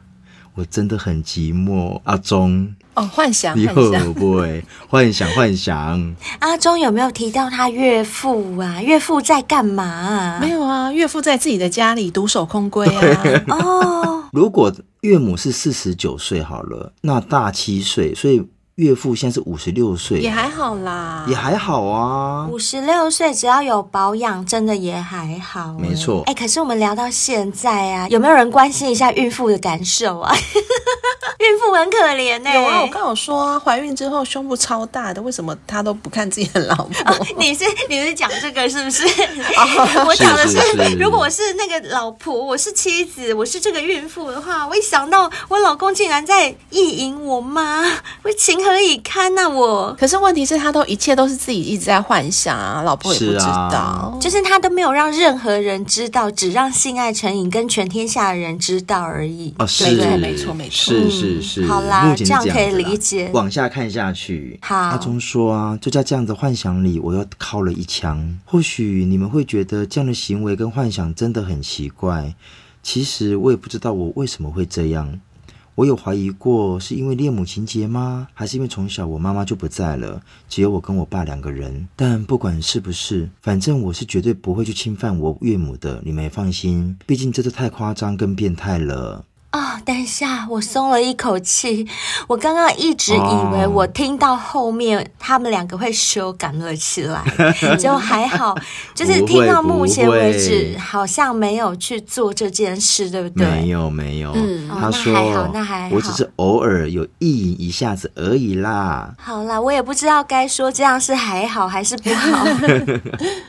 C: 我真的很寂寞，阿忠，
B: 哦，幻想
C: 你
B: 幻
C: 会
B: 想，
C: 不会幻想幻 想？
D: 阿忠啊有没有提到他岳父啊？岳父在干嘛、啊？
B: 没有啊，岳父在自己的家里独守空闺 啊，
D: 哦，
C: 如果岳母是四十九岁好了，那大七岁，所以岳父现在是五十六岁，
B: 也还好啦，
C: 也还好啊。
D: 五十六岁只要有保养，真的也还好欸、
C: 没错
D: 哎、可是我们聊到现在啊，有没有人关心一下孕妇的感受啊？ 孕妇很可怜欸呢、
B: 有啊，我刚有说啊，怀孕之后胸部超大的，为什么她都不看自己的老 婆？
D: 你是你是讲这个是不是？ 我讲的是，
C: 啊是是
D: 如果我是那个老婆，我是妻子，我是这个孕妇的话，我一想到我老公竟然在意淫我妈，我情何以堪呐、我
B: 可是问题是，她都一切都是自己一直在幻想啊，老婆也不
C: 是
B: 知
C: 啊
B: 道。
D: 就是他都没有让任何人知道，只让性爱成瘾跟全天下的人知道而已。
C: 啊，
B: 没
C: 是
B: 错没错没错
C: 是是是，
D: 嗯好啦
C: 目前是
D: 这样可以
C: 子啦
D: 理解
C: 往下看下去，
D: 好
C: 阿忠说啊，就在这样的幻想里，我又靠了一枪。或许你们会觉得这样的行为跟幻想真的很奇怪，其实我也不知道我为什么会这样。我有怀疑过，是因为恋母情节吗？还是因为从小我妈妈就不在了，只有我跟我爸两个人？但不管是不是，反正我是绝对不会去侵犯我岳母的，你们也放心。毕竟这都太夸张跟变态了。
D: 哦，等一下，我松了一口气。我刚刚一直以为
C: 哦
D: 我听到后面他们两个会羞感了起 来，结果还好，就是
C: 不会
D: 听到目前为
C: 不会
D: 止好像没有去做这件事，对不对？
C: 没有没有，
B: 嗯
D: 哦
C: 他
D: 那
C: 说、
D: 还好那还好
C: 我只是偶尔有意淫一下子而已啦。
D: 好啦，我也不知道该说这样是还好还是不 好。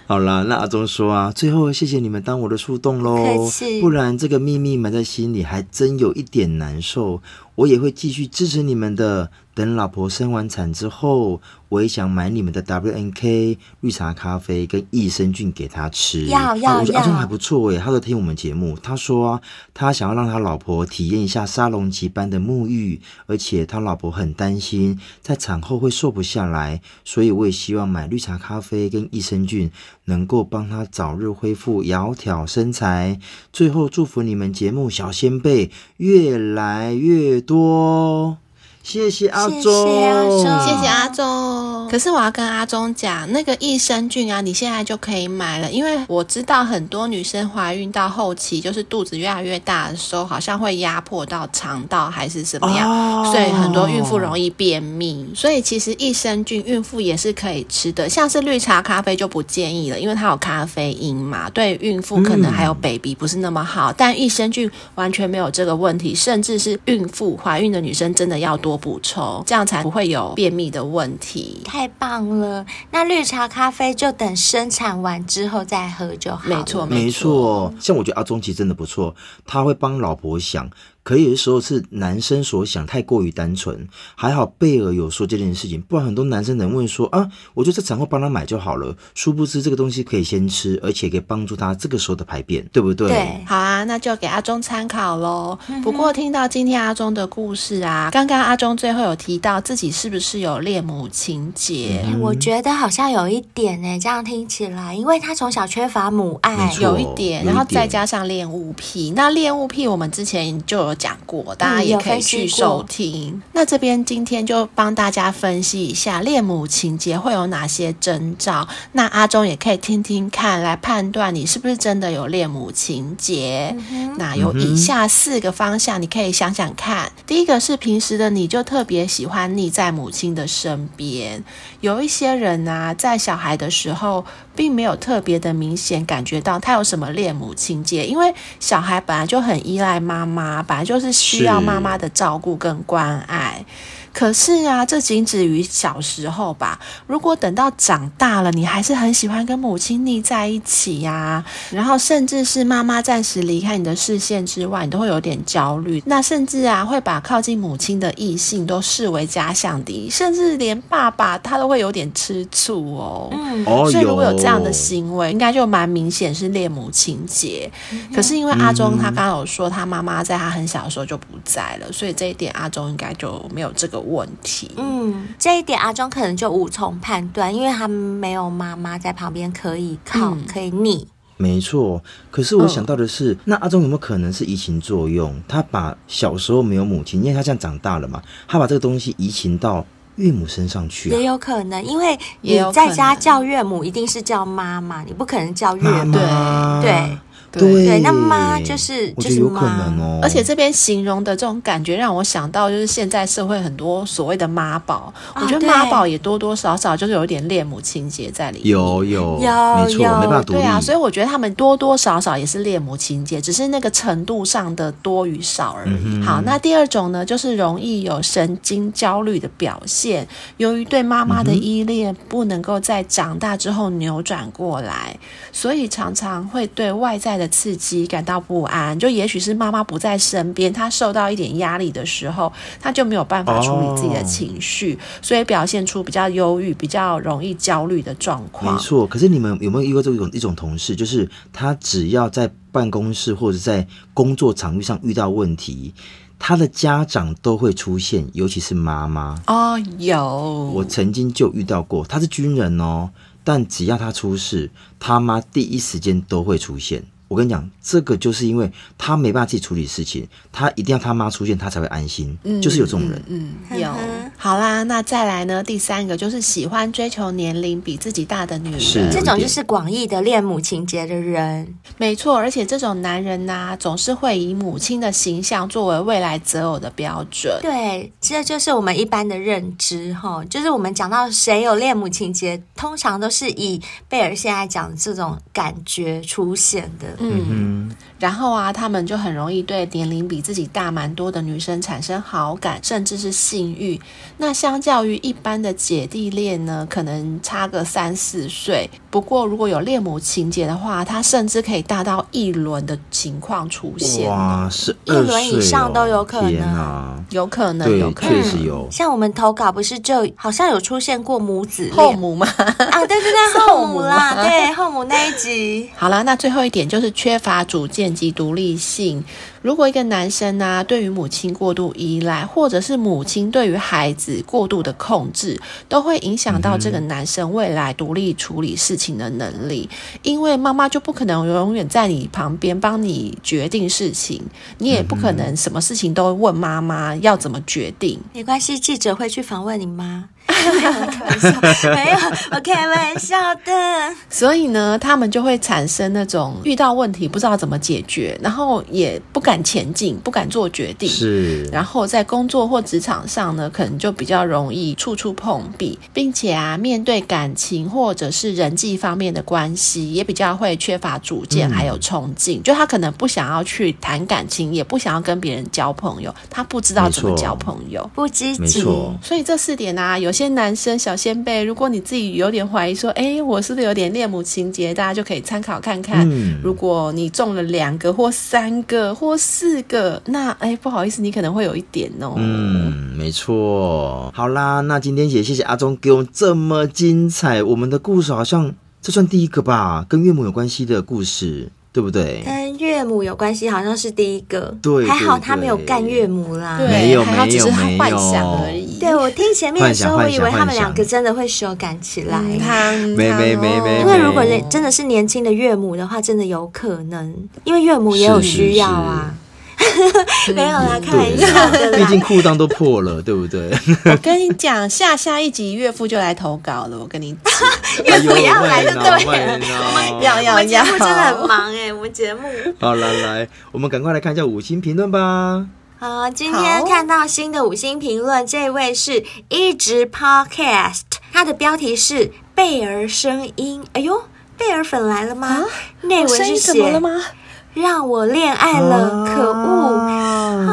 C: 好啦，那阿忠说啊，最后谢谢你们当我的树洞
D: 不
C: 喽
D: 客气，
C: 不然这个秘密埋在心里还真有一点难受。我也会继续支持你们的。等老婆生完产之后，我也想买你们的 W N K 绿茶咖啡跟益生菌给她吃。
D: 要
C: 啊
D: 要
C: 我觉得阿忠
D: 要
C: 还不错耶，他都听我们节目。他说啊，他想要让他老婆体验一下沙龙级般的沐浴，而且他老婆很担心在产后会瘦不下来，所以我也希望买绿茶咖啡跟益生菌能够帮他早日恢复窈窕身材。最后祝福你们节目小先辈越来越多，谢谢阿
D: 谢谢
C: 忠，
D: 阿
C: 嗯
D: 忠
B: 谢谢阿忠。可是我要跟阿忠讲，那个益生菌啊，你现在就可以买了，因为我知道很多女生怀孕到后期，就是肚子越来越大的时候，好像会压迫到肠道还是怎么样，
C: 哦
B: 所以很多孕妇容易便秘。所以其实益生菌孕妇也是可以吃的，像是绿茶咖啡就不建议了，因为它有咖啡因嘛，对孕妇可能还有 baby 不是那么好。但益生菌完全没有这个问题，甚至是孕妇怀孕的女生真的要多补充，这样才不会有便秘的问题。
D: 太棒了，那绿茶咖啡就等生产完之后再喝就好了。
B: 没错，
C: 没
B: 错。
C: 错，像我觉得阿忠其实真的不错，他会帮老婆想，可有的时候是男生所想太过于单纯。还好贝尔有说这件事情，不然很多男生能问说啊，我就在产后帮他买就好了。殊不知这个东西可以先吃，而且可以帮助他这个时候的排便，对不对？
D: 对，
B: 好啊，那就给阿忠参考喽。不过听到今天阿忠的故事啊，刚刚阿忠最后有提到自己是不是有恋母情节，
D: 哎我觉得好像有一点呢、这样听起来，因为他从小缺乏母
C: 没
D: 爱，
C: 错
B: 有一
C: 有
B: 点，
C: 一
B: 然后再
C: 点
B: 加上恋物癖。那恋物癖我们之前就有讲过，大家
D: 嗯
B: 也
D: 有
B: 可以
D: 分析
B: 去
D: 过
B: 收听。那这边今天就帮大家分析一下恋母情节会有哪些征兆，那阿忠也可以听听看，来判断你是不是真的有恋母情节。那有以下四个方向，你可以想想看。第第一个是平时的你就特别喜欢腻在母亲的身边，有一些人啊，在小孩的时候并没有特别的明显感觉到他有什么恋母情节，因为小孩本来就很依赖妈妈，本来就是需要
C: 是
B: 妈妈的照顾跟关爱。可是啊，这仅止于小时候吧。如果等到长大了，你还是很喜欢跟母亲腻在一起呀、然后甚至是妈妈暂时离开你的视线之外，你都会有点焦虑。那甚至啊，会把靠近母亲的异性都视为假想敌，甚至连爸爸他都会有点吃醋哦。
D: 嗯，
C: 哦，
B: 所以如果有这样的
C: 心，
B: 行为，应该就蛮明显是恋母情节。
C: 嗯
B: 可是因为阿忠他刚刚有说他妈妈在他很小的时候就不在了，所以这一点阿忠应该就没有这个问题。
D: 嗯，这一点阿忠可能就无从判断，因为他没有妈妈在旁边可以靠、
B: 嗯
D: 可以逆。
C: 没错。可是我
B: 嗯
C: 想到的是，那阿忠有没有可能是移情作用？他把小时候没有母亲，因为他这样长大了嘛，他把这个东西移情到岳母身上去、啊
D: 也。有可能，因为
B: 也
D: 你
B: 有可
D: 在
B: 能
D: 家叫岳母，一定是叫妈妈，你不可能叫岳
C: 妈
D: 母。
C: 妈，
D: 对
C: 对
D: 对那妈就是
C: 我
D: 就
C: 觉得
D: 是
C: 有可
D: 妈
C: 能哦。
B: 而且这边形容的这种感觉，让我想到就是现在社会很多所谓的妈宝，
D: 啊
B: 我觉得
D: 对
B: 妈宝也多多少少就是有一点恋母情节在里面。
C: 有
D: 有
C: 有没错，
D: 有
C: 没办法独立。
B: 对啊，所以我觉得他们多多少少也是恋母情节，只是那个程度上的多与少而已。
C: 嗯
B: 好，那第二种呢，就是容易有神经焦虑的表现，由于对妈妈的依恋不能够在长大之后扭转过来，所以常常会对外在的刺激感到不安。就也许是妈妈不在身边，她受到一点压力的时候，她就没有办法处理自己的
C: 哦
B: 情绪，所以表现出比较忧郁、比较容易焦虑的状况
C: 没。错，可是你们有没有遇过这种一种同事，就是他只要在办公室或者在工作场域上遇到问题，他的家长都会出现，尤其是妈妈。
B: 哦，有
C: 我曾经就遇到过，他是军人哦，但只要他出事，他妈第一时间都会出现。我跟你讲，这个就是因为他没办法自己处理事情，他一定要他妈出现，他才会安心。就是有这种人，
B: 嗯，有
D: 呵呵。
B: 好啦，那再来呢？第三个就是喜欢追求年龄比自己大的女人，
C: 是
D: 这
C: 有
D: 种
C: 一
D: 就
C: 点
D: 是广义的恋母情节的人，
B: 没错。而且这种男人呐、总是会以母亲的形象作为未来择偶的标准。
D: 对，这就是我们一般的认知哈。就是我们讲到谁有恋母情节，通常都是以贝尔现在讲的这种感觉出现的。
B: 嗯，然后啊，他们就很容易对年龄比自己大蛮多的女生产生好感，甚至是性欲。那相较于一般的姐弟恋呢，可能差个三四岁。不过如果有恋母情节的话，他甚至可以大到一轮的情况出现哦。
C: 哇，是
D: 一轮以上都有可能
C: 天啊，
B: 有可能，
C: 对
B: 有，可
C: 确
B: 能
C: 实有。
D: 嗯像我们投稿不是就好像有出现过母子
B: 后
D: 恋
B: 母嘛。
D: 啊？对对 对，后
B: 后
D: 母
B: 母
D: 啦，
B: 吗
D: 对后母那一集，
B: 好啦，那最后一点就是缺乏主见及独立性。如果一个男生呢、对于母亲过度依赖，或者是母亲对于孩子过度的控制，都会影响到这个男生未来独立处理事情的能力。因为妈妈就不可能永远在你旁边帮你决定事情，你也不可能什么事情都问妈妈要怎么决定。
D: 没关系，记者会去访问你妈。没有，我开玩笑， 没有，我开玩笑的。
B: 所以呢，他们就会产生那种遇到问题不知道怎么解决，然后也不敢前进，不敢做决定。。
C: 是，
B: 然后在工作或职场上呢，可能就比较容易处处碰壁，并且啊，面对感情或者是人际方面的关系，也比较会缺乏主见，
C: 嗯
B: 还有冲劲。就他可能不想要去谈感情，也不想要跟别人交朋友，他不知道怎么
C: 没错
B: 交朋友。
D: 不积
C: 没
D: 极，
C: 错
B: 所以这四点啊，有些男生小先辈，如果你自己有点怀疑说，哎，我是不是有点恋母情节，大家就可以参考看看。
C: 嗯
B: 如果你中了两个或三个或四个，那哎，不好意思，你可能会有一点哦。
C: 嗯，没错。好啦，那今天也谢谢阿忠给我们这么精彩，我们的故事好像这算第一个吧，跟岳母有关系的故事，对不对？
D: 跟岳母有关系，好像是第一个。
C: 对
D: 还好
C: 对
D: 他没有
C: 对
D: 干岳母啦。
B: 对，
C: 没有
B: 还好
C: 没
B: 只
C: 有
B: 是他
C: 没
B: 幻
C: 有
B: 想而已。
D: 对，我听前面的时候，我
C: 幻
D: 以
C: 想
D: 为
C: 幻想
D: 他们两
C: 幻
D: 个
C: 想
D: 真的会修改起来。
B: 嗯，他
C: 没没没
B: 哦
C: 没
D: 因为如果人真的是年轻的岳母的话，真的有可能，因为岳母也有
C: 是是
D: 需要啊。 没有啦，开玩笑的
C: 对，毕竟
D: 啦。
C: 裤裆都破了，对 不对？
B: 我跟你讲，下下一集岳父就来投稿了。我跟你讲，
C: 哎
D: 岳母要来就对了。
C: 了
B: 要
D: 我
B: 要
D: 们节
B: 要，哦
D: 目真的很忙哎、我们节目。
C: 好，来来，我们赶快来看一下五星评论吧。
D: 好，今天看到新的五星评论，这位是一直 Podcast，它的标题是贝尔声音。哎呦，贝尔粉来了吗？内
B: 我
D: 文
B: 声
D: 是
B: 音怎么了
D: 写
B: 吗？
D: 让我恋爱了，可恶。
C: 啊！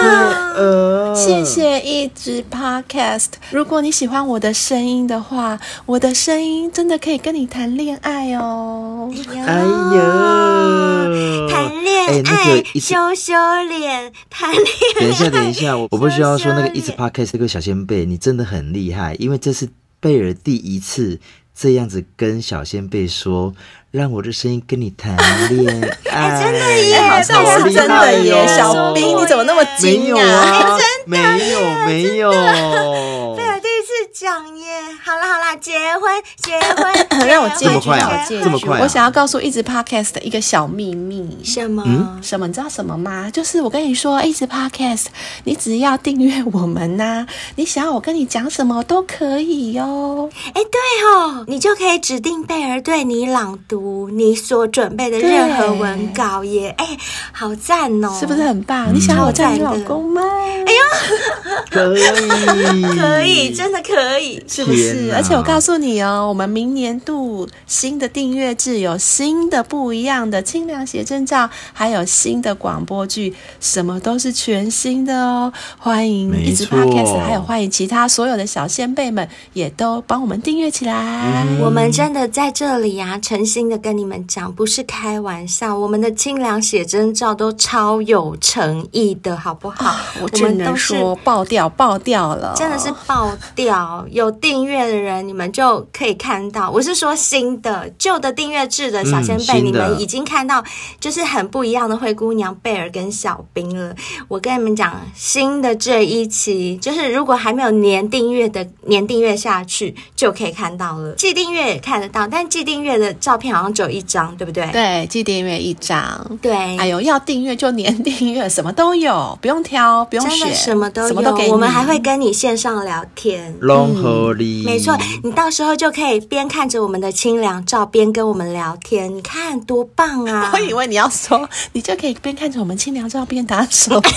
D: 啊
C: 呃，
B: 谢。谢一直 Podcast。如果你喜欢我的声音的话，我的声音真的可以跟你谈恋爱哦。
C: 哎呦，
D: 谈恋
C: 哎那
D: 爱
C: 个一直
D: 羞羞脸，谈恋爱。
C: 等一下，等一下，我我必须要说那个
D: 羞羞
C: 一直
D: 脸
C: podcast 这个小仙贝，你真的很厉害，因为这是贝尔第一次这样子跟小仙贝说，让我的声音跟你谈恋爱，
D: 真的耶
B: 哎好像
D: 好
B: 是
D: 厉
B: 真
D: 害
B: 的耶，
D: 哦
B: 小兵你怎么那么
C: 没
B: 精
C: 有啊，没有没有，
D: 贝尔第一次讲耶，好啦好啦，结婚结婚，
B: 让我
D: 结
B: 接
D: 婚
C: 这么
B: 句，
C: 快
B: 让
C: 啊
B: 我
D: 结
B: 接
D: 婚
C: 这么快啊
B: 句。我想要告诉一直 Podcast 的一个小秘密。
D: 什么？
B: 什么？你知道什么吗？就是我跟你说，一直 podcast，你只要订阅我们呐、你想要我跟你讲什么都可以哟、
D: 哎，对哦，你就可以指定贝尔对你朗读你所准备的任何文稿耶，哎，好赞哦，
B: 是不是？很
C: 嗯
B: 棒？你想要我叫你老公吗？哎呦，
C: 可以，
D: 可以，真的可以，
B: 是不
C: 天
B: 是？
C: 哪
B: 而且我告诉你哦，我们明年度新的订阅制有新的不一样的清凉写真照，还有新的广播剧，什么都是全新的哦。欢迎
C: 没
B: 一直
C: 错
B: podcast，还有欢迎其他所有的小先辈们也都帮我们订阅起来。
C: 嗯
D: 我们真的在这里啊，诚心的跟你们讲，不是开玩笑，我们的清凉写真照都超有诚意的，好不好？
B: 啊我
D: 我
B: 只
D: 们都
B: 能
D: 是
B: 说爆掉，爆掉了，
D: 真的是爆掉！有订阅的人，你们就可以看到。我是说新的，旧的订阅制的小仙
C: 嗯
D: 贝，你
C: 新的
D: 们已经看到，就是很不一样的灰姑娘贝尔跟小冰了。我跟你们讲，新的这一期，就是如果还没有年订阅的，年订阅下去就可以看到了。季订阅也看得到，但季订阅的照片好像只有一张，对不对？
B: 对，记订阅一张。
D: 对，
B: 哎呦，要订阅就年订阅，什么都有，不用挑，不用
D: 真
B: 选，
D: 的什么都有，
B: 什么都给你。
D: 我们还会跟你线上聊天。
C: 龙合力，
D: 嗯没错，
C: 嗯
D: 你到时候就可以边看着我们的清凉照，边跟我们聊天，你看多棒 啊！
B: 我以为你要说，你就可以边看着我们清凉照边打手机。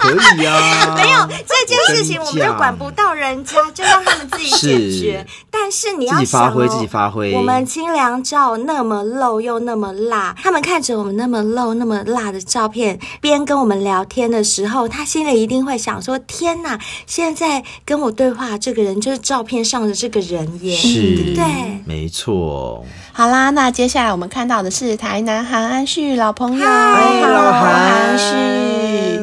C: 可以啊，没有
D: 这件事情我们又管不到人家，就让他们自己解决
C: 是。
D: 但是你要
C: 自己发
D: 想
C: 挥
D: 哦，
C: 自己发挥
D: 我们清凉照那么露又那么辣，他们看着我们那么露那么辣的照片，边跟我们聊天的时候，他心里一定会想说：天哪，现在跟我对话的这个人就是照片上的这个人耶。
C: 是，
D: 对
C: 没错。
B: 好啦，那接下来我们看到的是台南韩安旭老朋友，
D: 嗨
C: 老韩
B: 韩旭。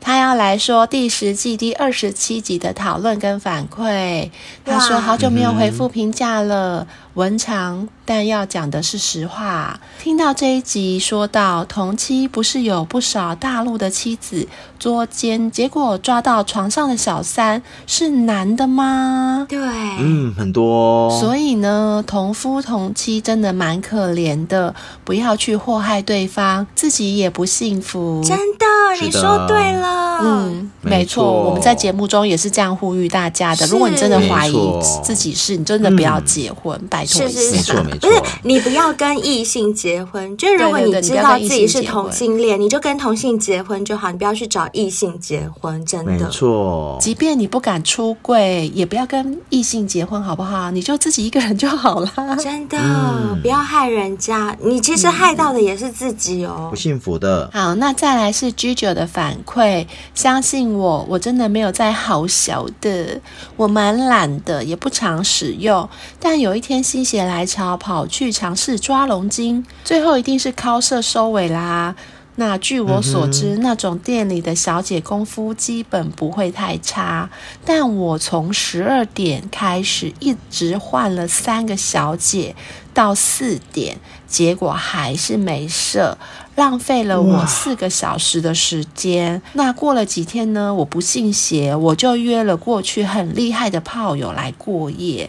B: 他要来说第十季第二十七集的讨论跟反馈。他说
D: 哇
B: 好久没有回复评价了，文长，但要讲的是实话。听到这一集说到同期不是有不少大陆的妻子捉奸，结果抓到床上的小三是男的吗？
D: 对，
C: 嗯，很多、哦，
B: 所以呢，同夫同妻真的蛮可怜的，不要去祸害对方，自己也不幸福。
D: 真的，
C: 是
D: 你
C: 的
D: 说对了。
B: 嗯，
C: 没
B: 没
C: 错
B: 错，我们在节目中也是这样呼吁大家的。
D: 是
B: 如果你真的怀
C: 没
B: 疑
C: 错
B: 自己是，你真的不要结婚，拜托
D: 是嗯
B: 一
D: 是
B: 下。
C: 没
D: 是，
C: 错没错
D: 不是你不要跟异性结婚，就是如果
B: 对对对
D: 知道自
B: 你不要跟
D: 己是
B: 异性结婚
D: 同性恋，你就跟同性结婚就好，你不要去找异性结婚，真
C: 没
D: 的。
C: 错，
B: 即便你不敢出柜，也不要跟异性结婚，好不好？你就自己一个人就好啦。
D: 真的、
C: 嗯
D: 不要害人家，你其实害到的也是自己哦
C: 不。幸福的，
B: 好，那再来是 G 九的反馈，相信我，我真的没有在好小的，我蛮懒的，也不常使用。但有一天心血来潮，跑去尝试抓龙筋，最后一定是靠射收尾啦。那据我所知，那种店里的小姐功夫基本不会太差，但我从十二点开始一直换了三个小姐，到四点，结果还是没射，浪费了我四个小时的时间。那过了几天呢？我不信邪，我就约了过去很厉害的炮友来过夜。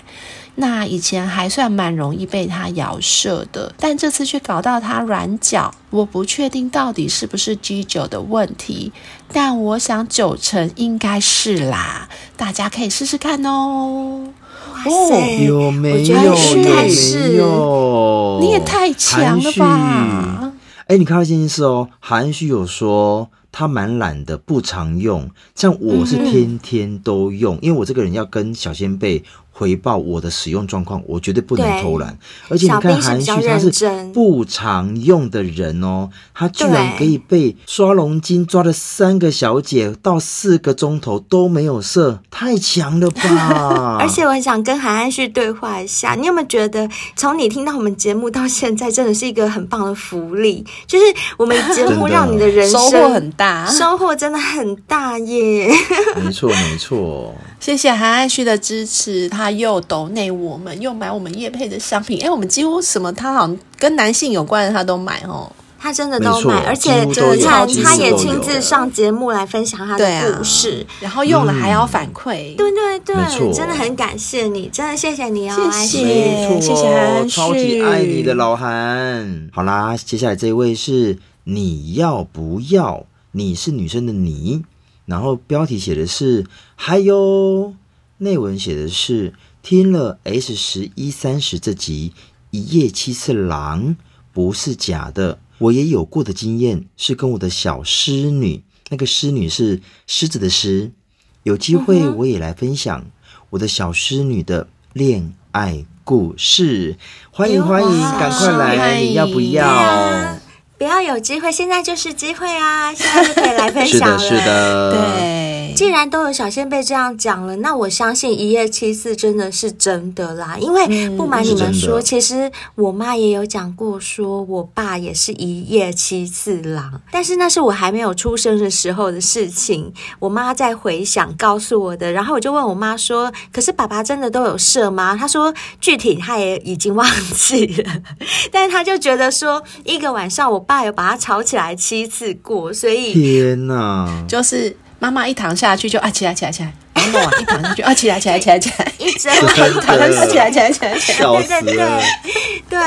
B: 那以前还算蛮容易被他咬射的，但这次却搞到他软脚。我不确定到底是不是 G 九的问题，但我想九成应该是啦。大家可以试试看哦。
D: 哇塞，
C: 有没
D: 我
C: 有？
D: 觉
C: 有
D: 得
B: 是
C: 没
D: 是
C: 有？
B: 你也太强了吧！
C: 哎、你看到一件事哦，韩旭有说他蛮懒的，不常用。像我是天天都用，
D: 嗯
C: 因为我这个人要跟小先辈回报我的使用状况，我绝对不能
D: 对
C: 偷懒。而且你
D: 小
C: 看
D: 兵是
C: 韩
D: 比
C: 旭
D: 较
C: 他
D: 认
C: 是
D: 真
C: 不常用的人哦，他居然
D: 对
C: 可以被刷龙筋抓了三个小姐到四个钟头都没有射，太强了吧
D: ！而且我很想跟韩安旭对话一下，你有没有觉得从你听到我们节目到现在，真的是一个很棒的福利？就是我们节
C: 真
D: 目
C: 的
D: 让你的人生
B: 收获很大。
D: 收获真的很大耶！
C: 没错没错，
B: 谢谢韩安旭的支持，他又抖内我们，又买我们叶配的商品。哎，我们几乎什么他好像跟男性有关的他都买哦。
D: 他真的
C: 没
D: 都
C: 错
D: 买，而且
C: 几乎都有
D: 他
B: 几乎
D: 他
B: 都
D: 也
B: 有
D: 亲自上节目来分享他
B: 对
D: 的
B: 啊
D: 故事。
B: 然后用了还要反馈，
D: 对对对
C: 啊没错
D: 真的很感谢你，真的谢谢你哦，安
B: 谢
D: 旭
C: 没错，
B: 谢谢韩旭
C: 超级爱你的老韩。好啦，接下来这位是你要不要？你是女生的你，然后标题写的是嗨哟，内文写的是听了 S 十一三十这集，一夜七次郎不是假的，我也有过的经验是跟我的小狮女，那个狮女是狮子的狮，有机会
D: 嗯
C: 我也来分享我的小狮女的恋爱故事，欢迎欢迎，
D: 哇
C: 赶快来，
B: 欢迎
C: 你要不
D: 对
C: 要
D: 啊？不要有机会，现在就是机会啊！现在就可以来分
C: 是
D: 享了。
C: 的，是。的，
B: 对，
D: 既然都有小仙贝这样讲了，那我相信一夜七次真的是真的啦。因为不瞒你们
C: 嗯是真
D: 说，
C: 的
D: 其实我妈也有讲过，说我爸也是一夜七次郎，但是那是我还没有出生的时候的事情。我妈在回想告诉我的，然后我就问我妈说：“可是爸爸真的都有射吗？”她说：“具体她也已经忘记了。” 但是她就觉得说，一个晚上我爸有把她吵起来七次过，所以
C: 天哪！
B: 就是妈妈一躺下去就啊起来起来起来，然后弄完一躺下去啊起来起来起来起来，
D: 一整晚
B: 躺下去起来起来起来起来，
C: 笑死
D: 对对
C: 了！
D: 对，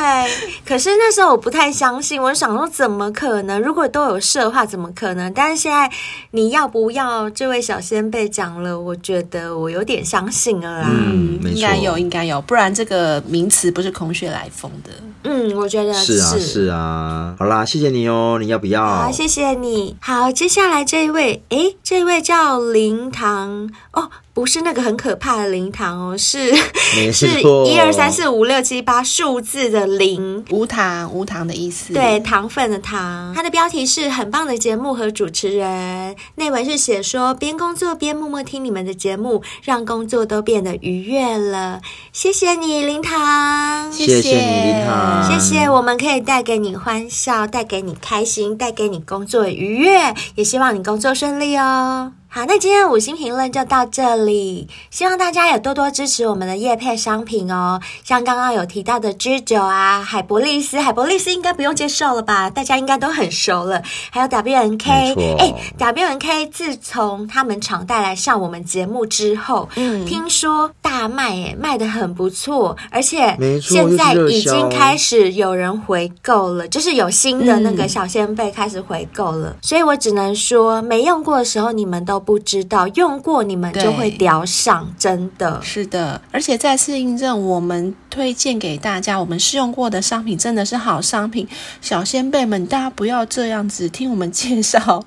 D: 可是那时候我不太相信，我想说怎么可能？如果都有事的话，怎么可能？但是现在你要不要？这位小先辈讲了，我觉得我有点相信了啦。嗯
C: 嗯，没
B: 应
C: 错
B: 该，有应该有，不然这个名词不是空穴来风的。
D: 嗯我觉得
C: 是啊是啊。好啦，谢谢你哦，你要不要
D: 好，？谢谢你。好，接下来这一位，诶，这一位叫灵堂哦，不是那个很可怕的灵堂哦，是
C: 没
D: 是
C: 错
D: 一二三四五六七八数字的零。
B: 无糖无糖的意思，
D: 对，，糖分的糖。它的标题是很棒的节目和主持人，内文是写说边工作边默默听你们的节目，让工作都变得愉悦了。谢谢你，林糖。
C: 谢谢你，林塔，
D: 谢谢，我们可以带给你欢笑，带给你开心，带给你工作愉悦，也希望你工作顺利哦。好，那今天的五星评论就到这里，希望大家也多多支持我们的叶配商品哦，像刚刚有提到的芝酒啊、海博利斯，海博利斯应该不用介绍了吧，大家应该都很熟了。还有 WNK，
C: 没错
D: 哎，WNK 自从他们厂带来上我们节目之后，
B: 嗯
D: 听说大卖耶，卖的很不错，而且
C: 没错
D: 现在
C: 又是热销
D: 已经开始有人回购了，就是有新的那
B: 嗯
D: 个小仙贝开始回购了，所以我只能说，没用过的时候你们都不知道，用过你们就会聊上，真的。
B: 是的，而且再次印证，我们推荐给大家我们试用过的商品真的是好商品。小先辈们，大家不要这样子听我们介绍，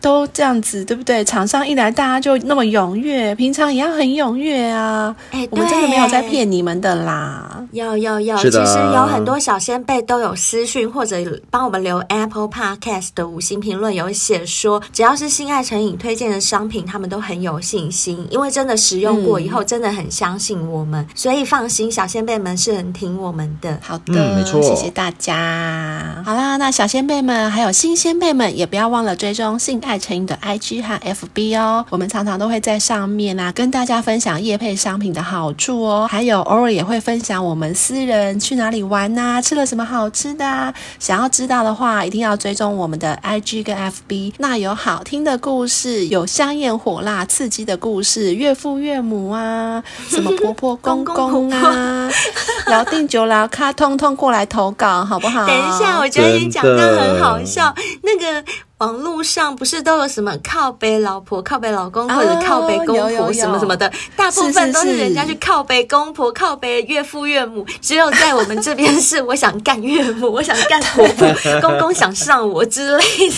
B: 都这样子，对不对？厂商一来，大家就那么踊跃，平常也要很踊跃啊。
D: 哎
B: 我们
D: 对
B: 真的没有在
D: 耶
B: 骗你们的啦。
D: 有有有，
C: 是
D: 其
C: 的
D: 实有很多小先辈都有私讯或者帮我们留 Apple Podcast 的五星评论，有写说只要是性爱成瘾推荐的商品，他们都很有信心，因为真的使用
B: 嗯
D: 过以后，真的很相信我们，所以放心，小先辈们是很挺我们的。
B: 好的，
C: 嗯没错
B: 谢谢大家。好啦，那小先辈们还有新先辈们，也不要忘了追踪性爱成瘾的 IG 和 FB 哦。我们常常都会在上面啊，跟大家分享夜配商品的好处哦，还有偶尔也会分享我们私人去哪里玩呐、吃了什么好吃的啊。想要知道的话，一定要追踪我们的 IG 跟 FB。那有好听的故事，有香艳火辣刺激的故事，岳父岳母啊，什么婆婆公公
D: 公公婆
B: 啊，聊定酒聊咖，通通过来投稿，好不好？
D: 等一下，我觉得你讲到很好笑。那个网络上不是都有什么靠背老婆、靠背老公
B: 啊
D: 或者靠背公
B: 有有有
D: 婆什么什么的，大部分都
B: 是
D: 是
B: 是
D: 人家去靠背公婆、靠背岳父岳母，只有在我们这边是 我想干岳母，我想干 婆婆，公公想上我之类的。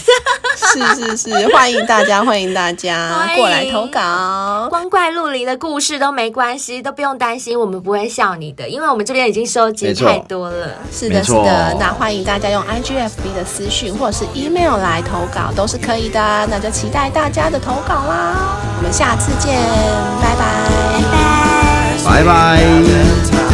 B: 是是是，欢迎大家，欢迎大家
D: 欢迎
B: 过来投稿。
D: 光怪陆离的故事都没关系，都不用担心，我们不会笑你的，因为我们这边已经收集
C: 没错
D: 太多了。
B: 是
C: 没
B: 的，是
C: 错
B: 的，那欢迎大家用 IGFB 的私讯或者是 email 来投稿，都是可以的。那就期待大家的投稿啦，我们下次见，拜拜
D: 拜拜。
C: 拜拜。
A: Valentine.